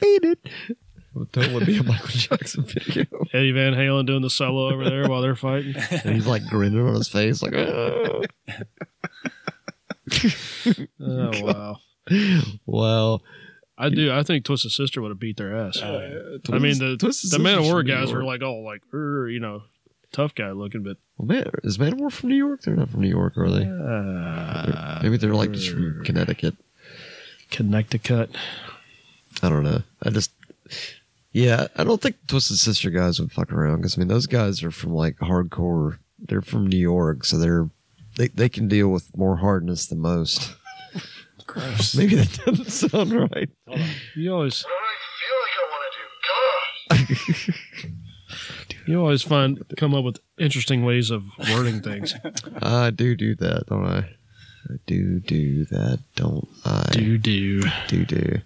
[SPEAKER 1] beat it. would totally be a Michael Jackson video.
[SPEAKER 2] Eddie Van Halen doing the solo over there while they're fighting.
[SPEAKER 1] And he's like grinning on his face, like, "Ugh."
[SPEAKER 2] Oh wow!
[SPEAKER 1] wow.
[SPEAKER 2] I do. I think Twisted Sister would have beat their ass. I mean, the
[SPEAKER 1] Uh, Twisted
[SPEAKER 2] the Man of
[SPEAKER 1] Sister's
[SPEAKER 2] War
[SPEAKER 1] from New
[SPEAKER 2] guys
[SPEAKER 1] York.
[SPEAKER 2] are like all like, "Er," you know, tough guy looking, but
[SPEAKER 1] Well, man, is Man of War from New York? They're not from New York, are they?
[SPEAKER 2] uh,
[SPEAKER 1] Maybe they're like just from Connecticut.
[SPEAKER 2] Connecticut.
[SPEAKER 1] I don't know. I just, yeah, I don't think Twisted Sister guys would fuck around because I mean those guys are from like hardcore. They're from New York, so they're they they can deal with more hardness than most.
[SPEAKER 3] Gross.
[SPEAKER 1] Maybe that doesn't sound right.
[SPEAKER 2] You always
[SPEAKER 6] I feel like I want to do. God.
[SPEAKER 2] You always find come up with interesting ways of wording things.
[SPEAKER 1] I do do that, don't I? I do do that, don't I?
[SPEAKER 2] do do
[SPEAKER 1] do do.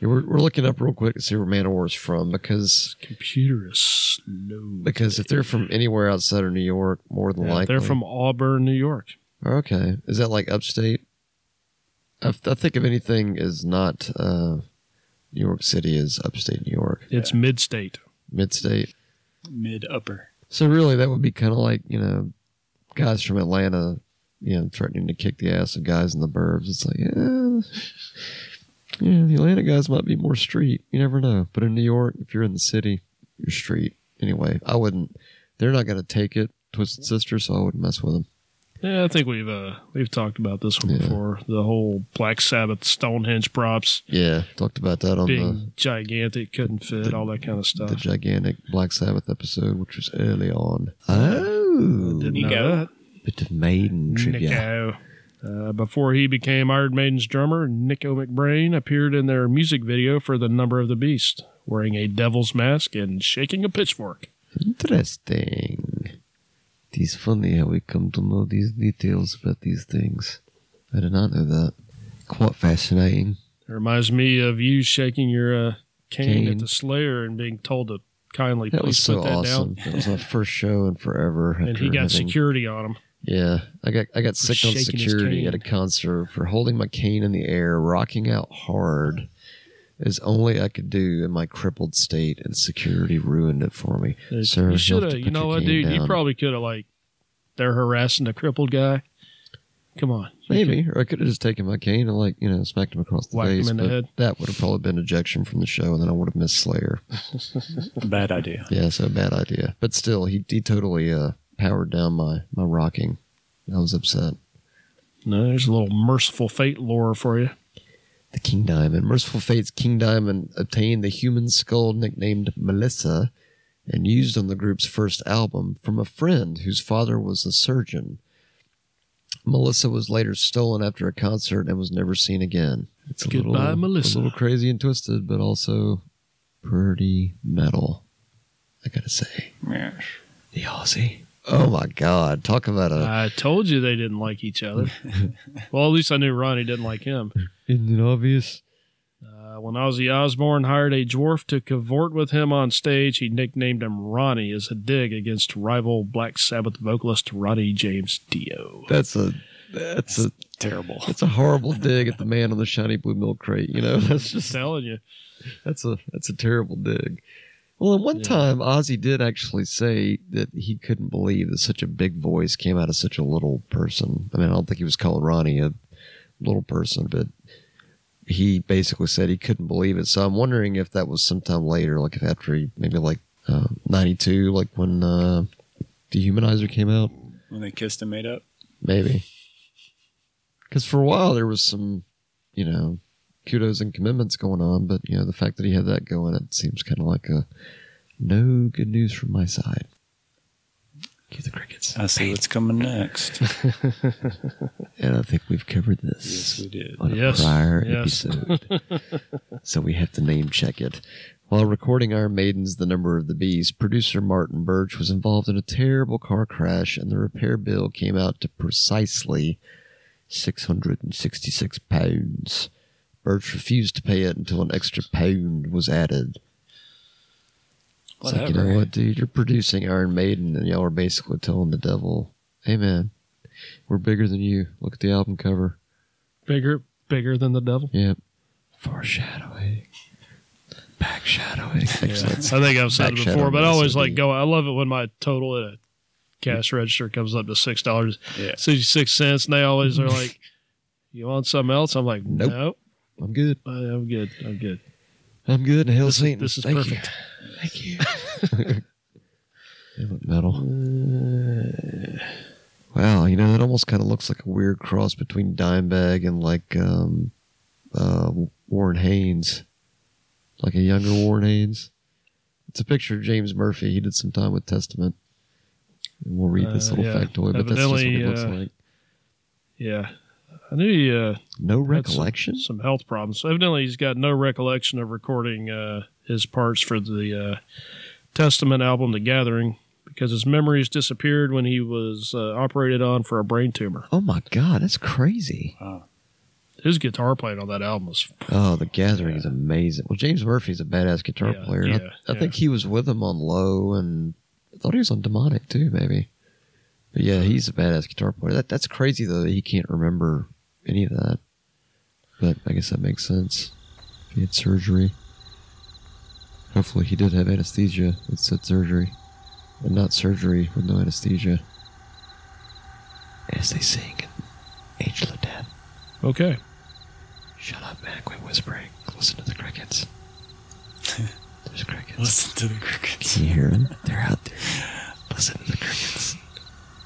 [SPEAKER 1] Yeah, We're, we're looking up real quick to see where Man of War is from because
[SPEAKER 2] computer is slow.
[SPEAKER 1] because if they're from anywhere outside of New York, more than
[SPEAKER 2] Yeah,
[SPEAKER 1] likely
[SPEAKER 2] they're from Auburn, New York.
[SPEAKER 1] Okay, is that like upstate? I, f- I think of anything as not uh, New York City is upstate New York,
[SPEAKER 2] It's mid-state.
[SPEAKER 1] midstate.
[SPEAKER 3] Mid upper.
[SPEAKER 1] So really, that would be kind of like you know, guys from Atlanta, you know, threatening to kick the ass of guys in the burbs. It's like yeah, yeah, the Atlanta guys might be more street. You never know. But in New York, if you're in the city, you're street anyway. I wouldn't. They're not gonna take it, Twisted Sister. So I wouldn't mess with them.
[SPEAKER 2] Yeah, I think we've uh, we've talked about this one
[SPEAKER 1] Yeah.
[SPEAKER 2] before. The whole Black Sabbath Stonehenge props
[SPEAKER 1] Yeah, talked about that on
[SPEAKER 2] being
[SPEAKER 1] the
[SPEAKER 2] gigantic, couldn't fit, all that kind of stuff.
[SPEAKER 1] the gigantic Black Sabbath episode, which was early on.
[SPEAKER 4] Ah.
[SPEAKER 1] Oh,
[SPEAKER 2] Didn't
[SPEAKER 3] Nico.
[SPEAKER 2] know that.
[SPEAKER 1] bit of maiden
[SPEAKER 2] Nico. Uh, before he became Iron Maiden's drummer, Nico McBrain appeared in their music video for The Number of the Beast, wearing a devil's mask and shaking a pitchfork.
[SPEAKER 1] Interesting. It is funny how we come to know these details about these things. I did not know that. Quite fascinating.
[SPEAKER 2] It reminds me of you shaking your uh, cane,
[SPEAKER 1] Cane.
[SPEAKER 2] at the Slayer and being told to kindly
[SPEAKER 1] That was
[SPEAKER 2] please
[SPEAKER 1] so
[SPEAKER 2] put that
[SPEAKER 1] awesome.
[SPEAKER 2] down.
[SPEAKER 1] That was my first show in forever.
[SPEAKER 2] And
[SPEAKER 1] after
[SPEAKER 2] he got
[SPEAKER 1] having-
[SPEAKER 2] security on him.
[SPEAKER 1] Yeah, I got I got sick on
[SPEAKER 2] shaking his
[SPEAKER 1] security
[SPEAKER 2] cane.
[SPEAKER 1] at a concert for holding my cane in the air, rocking out hard, as only I could do in my crippled state, and security ruined it for me. Sir,
[SPEAKER 2] you
[SPEAKER 1] have
[SPEAKER 2] should have.
[SPEAKER 1] to
[SPEAKER 2] You
[SPEAKER 1] put
[SPEAKER 2] know
[SPEAKER 1] your
[SPEAKER 2] what,
[SPEAKER 1] cane
[SPEAKER 2] dude? You
[SPEAKER 1] down.
[SPEAKER 2] probably could have like. They're harassing the crippled guy. Come on.
[SPEAKER 1] maybe, or I could have just taken my cane and like you know smacked him across the
[SPEAKER 2] Whacked him
[SPEAKER 1] face.
[SPEAKER 2] in the
[SPEAKER 1] but
[SPEAKER 2] head.
[SPEAKER 1] That would have probably been ejection from the show, and then I would have missed Slayer.
[SPEAKER 3] Bad idea.
[SPEAKER 1] Yeah, so bad idea. But still, he he totally uh, powered down my my rocking. I was upset.
[SPEAKER 2] No, there's a little merciful fate lore for you.
[SPEAKER 1] The King Diamond. Merciful Fate's King Diamond obtained the human skull nicknamed Melissa and used on the group's first album from a friend whose father was a surgeon. Melissa was later stolen after a concert and was never seen again. It's a
[SPEAKER 2] Goodbye,
[SPEAKER 1] little, A
[SPEAKER 2] Melissa.
[SPEAKER 1] little crazy and twisted, but also pretty metal. I gotta say,
[SPEAKER 3] Yes.
[SPEAKER 1] the Aussie. Oh my God! Talk about a
[SPEAKER 2] I told you they didn't like each other. well, at least I knew Ronnie didn't like him.
[SPEAKER 1] isn't it obvious?
[SPEAKER 2] Uh, when Ozzy Osbourne hired a dwarf to cavort with him on stage, he nicknamed him Ronnie as a dig against rival Black Sabbath vocalist Ronnie James Dio.
[SPEAKER 1] That's a that's a
[SPEAKER 3] Terrible.
[SPEAKER 1] that's a horrible dig at the man on the shiny blue milk crate. You know, that's
[SPEAKER 2] Just
[SPEAKER 1] just
[SPEAKER 2] telling you.
[SPEAKER 1] that's a that's a terrible dig. Well, at one
[SPEAKER 2] Yeah.
[SPEAKER 1] time, Ozzy did actually say that he couldn't believe that such a big voice came out of such a little person. I mean, I don't think he was calling Ronnie a little person, but he basically said he couldn't believe it. So I'm wondering if that was sometime later, like if after he, maybe like uh, 92, like when uh, Dehumanizer came out.
[SPEAKER 3] When they kissed and made up.
[SPEAKER 1] Maybe. Because for a while there was some, you know, kudos and commitments going on, but you know the fact that he had that going, it seems kind of like a no good news from my side. Cue the crickets.
[SPEAKER 3] I see what's coming next.
[SPEAKER 1] And I think we've covered this
[SPEAKER 3] yes, we did.
[SPEAKER 1] on a
[SPEAKER 2] Yes,
[SPEAKER 1] prior
[SPEAKER 2] yes.
[SPEAKER 1] episode, so we have to name check it. While recording Iron Maiden's The Number of the Beast, producer Martin Birch was involved in a terrible car crash, and the repair bill came out to precisely 666 pounds. Birch refused to pay it until an extra pound was added. It's like, you know
[SPEAKER 3] Whatever.
[SPEAKER 1] what, dude? You're producing Iron Maiden, and y'all are basically telling the devil, hey, man, we're bigger than you. Look at the album cover.
[SPEAKER 2] Bigger, bigger than the devil.
[SPEAKER 1] Yep. Foreshadowing. Back shadowing.
[SPEAKER 2] Yeah. I think I've said it
[SPEAKER 1] Back
[SPEAKER 2] before,
[SPEAKER 1] shadow
[SPEAKER 2] but I always like
[SPEAKER 1] recipe.
[SPEAKER 2] go. I love it when my total at a cash register comes up to six dollars
[SPEAKER 3] Yeah.
[SPEAKER 2] sixty six cents, and they always are like, "You want something else?" I'm like,
[SPEAKER 1] Nope.
[SPEAKER 2] "Nope,
[SPEAKER 1] I'm good.
[SPEAKER 2] I- I'm good. I'm good."
[SPEAKER 1] I'm good. And hell's
[SPEAKER 2] This is,
[SPEAKER 1] Satan.
[SPEAKER 2] this is
[SPEAKER 1] Thank
[SPEAKER 2] perfect.
[SPEAKER 1] You. Thank you. they look metal.
[SPEAKER 2] Uh.
[SPEAKER 1] Wow, you know that almost kind of looks like a weird cross between Dimebag and like um, uh, Warren Haynes, like a younger Warren Haynes. It's a picture of James Murphy. He did some time with Testament. And we'll read this
[SPEAKER 2] Uh,
[SPEAKER 1] little
[SPEAKER 2] yeah.
[SPEAKER 1] factoid, but that's just what
[SPEAKER 2] Evidently,
[SPEAKER 1] it looks
[SPEAKER 2] uh,
[SPEAKER 1] like.
[SPEAKER 2] Yeah, I knew he uh,
[SPEAKER 1] No
[SPEAKER 2] had some-
[SPEAKER 1] recollection.
[SPEAKER 2] Some, health problems. Evidently, he's got no recollection of recording uh, his parts for the uh, Testament album, The Gathering, because his memories disappeared when he was uh, operated on for a brain tumor.
[SPEAKER 1] Oh my god, that's crazy.
[SPEAKER 3] Wow.
[SPEAKER 2] His guitar playing on that album was
[SPEAKER 1] Oh, the gathering is amazing. Well, James Murphy's a badass guitar
[SPEAKER 2] Yeah,
[SPEAKER 1] player.
[SPEAKER 2] yeah,
[SPEAKER 1] I, I think he was with him on Low and I thought he was on Demonic too, maybe. But
[SPEAKER 2] Uh-huh.
[SPEAKER 1] yeah, he's a badass guitar player. That that's crazy though that he can't remember any of that. But I guess that makes sense. He had surgery. Hopefully he did have anesthesia with said surgery. And not surgery with no anesthesia. As they sing Angel of Death.
[SPEAKER 2] okay.
[SPEAKER 1] Shut up, man. Quit whispering. Listen to the crickets. There's crickets.
[SPEAKER 3] Listen to the crickets.
[SPEAKER 1] Can you hear them? They're out there. Listen to the crickets.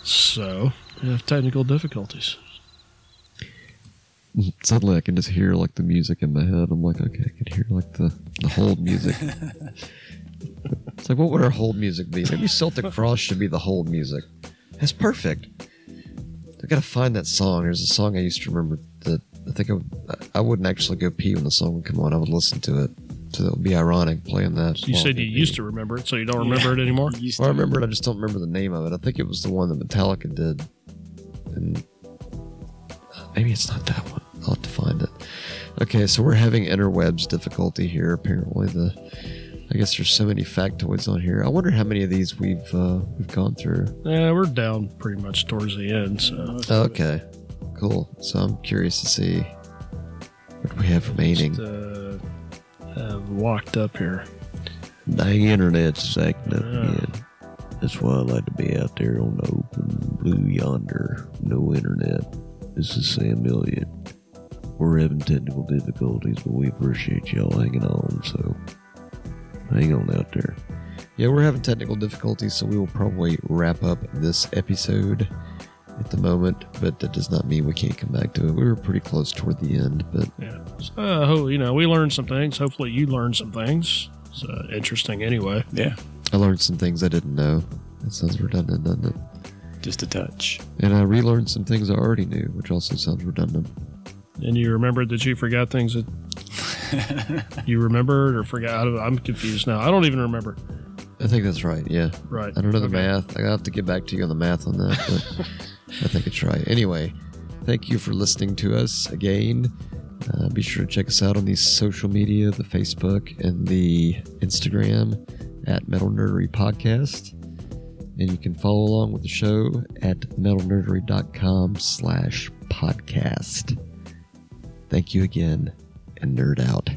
[SPEAKER 2] So we have technical difficulties.
[SPEAKER 1] Suddenly I can just hear like the music in my head. I'm like, okay, I can hear like the, the hold music. it's like, what would our hold music be? Maybe Celtic Frost should be the hold music. That's perfect. I gotta find that song. There's a song I used to remember that I think I, would, I wouldn't actually go pee when the song would come on. I would listen to it. So that would be ironic playing that.
[SPEAKER 2] You said you used to remember it, so you don't remember it anymore.
[SPEAKER 3] Used
[SPEAKER 1] Well, I
[SPEAKER 3] to-
[SPEAKER 1] remember it. I just don't remember the name of it. I think it was the one that Metallica did, and uh, maybe it's not that one. I'll have to find it. Okay, so we're having interwebs difficulty here. Apparently, the I guess there's so many factoids on here. I wonder how many of these we've uh, we've gone through.
[SPEAKER 2] Yeah, we're down pretty much towards the end. So
[SPEAKER 1] Okay, cool. So I'm curious to see what do we have remaining.
[SPEAKER 2] just, uh, uh, locked up here.
[SPEAKER 1] The internet's acting up
[SPEAKER 2] Yeah.
[SPEAKER 1] again. That's why I like to be out there on the open blue yonder. No internet. This is Sam Elliott. We're having technical difficulties, but we appreciate y'all hanging on, so hang on out there. Yeah, we're having technical difficulties, so we will probably wrap up this episode at the moment, but that does not mean we can't come back to it. We were pretty close toward the end, but
[SPEAKER 2] Yeah. So uh, ho- you know, we learned some things. Hopefully, you learned some things. It's uh, interesting, anyway.
[SPEAKER 3] Yeah,
[SPEAKER 1] I learned some things I didn't know. That sounds redundant, doesn't it?
[SPEAKER 3] just a touch.
[SPEAKER 1] And I relearned some things I already knew, which also sounds redundant.
[SPEAKER 2] And you remembered that you forgot things that you remembered or forgot. I don't- I'm confused now. I don't even remember.
[SPEAKER 1] Uh, I think that's right. Yeah.
[SPEAKER 2] Right.
[SPEAKER 1] I don't know the
[SPEAKER 2] Okay.
[SPEAKER 1] math. I have to get back to you on the math on that, but I think it's right. Anyway, thank you for listening to us again. Uh, be sure to check us out on the social media, the Facebook and the Instagram at Metal Nerdery Podcast. And you can follow along with the show at metalnerdery.com slash podcast. Thank you again and nerd out.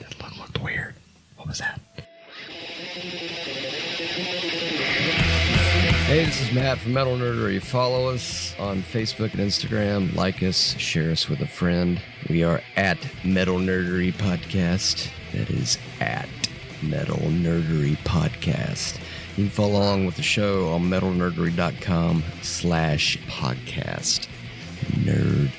[SPEAKER 1] That look looked weird. What was that? Hey, this is Matt from Metal Nerdery. Follow us on Facebook and Instagram. Like us, share us with a friend. We are at Metal Nerdery Podcast. That is at Metal Nerdery Podcast. You can follow along with the show on metalnerdery.com slash podcast. Nerd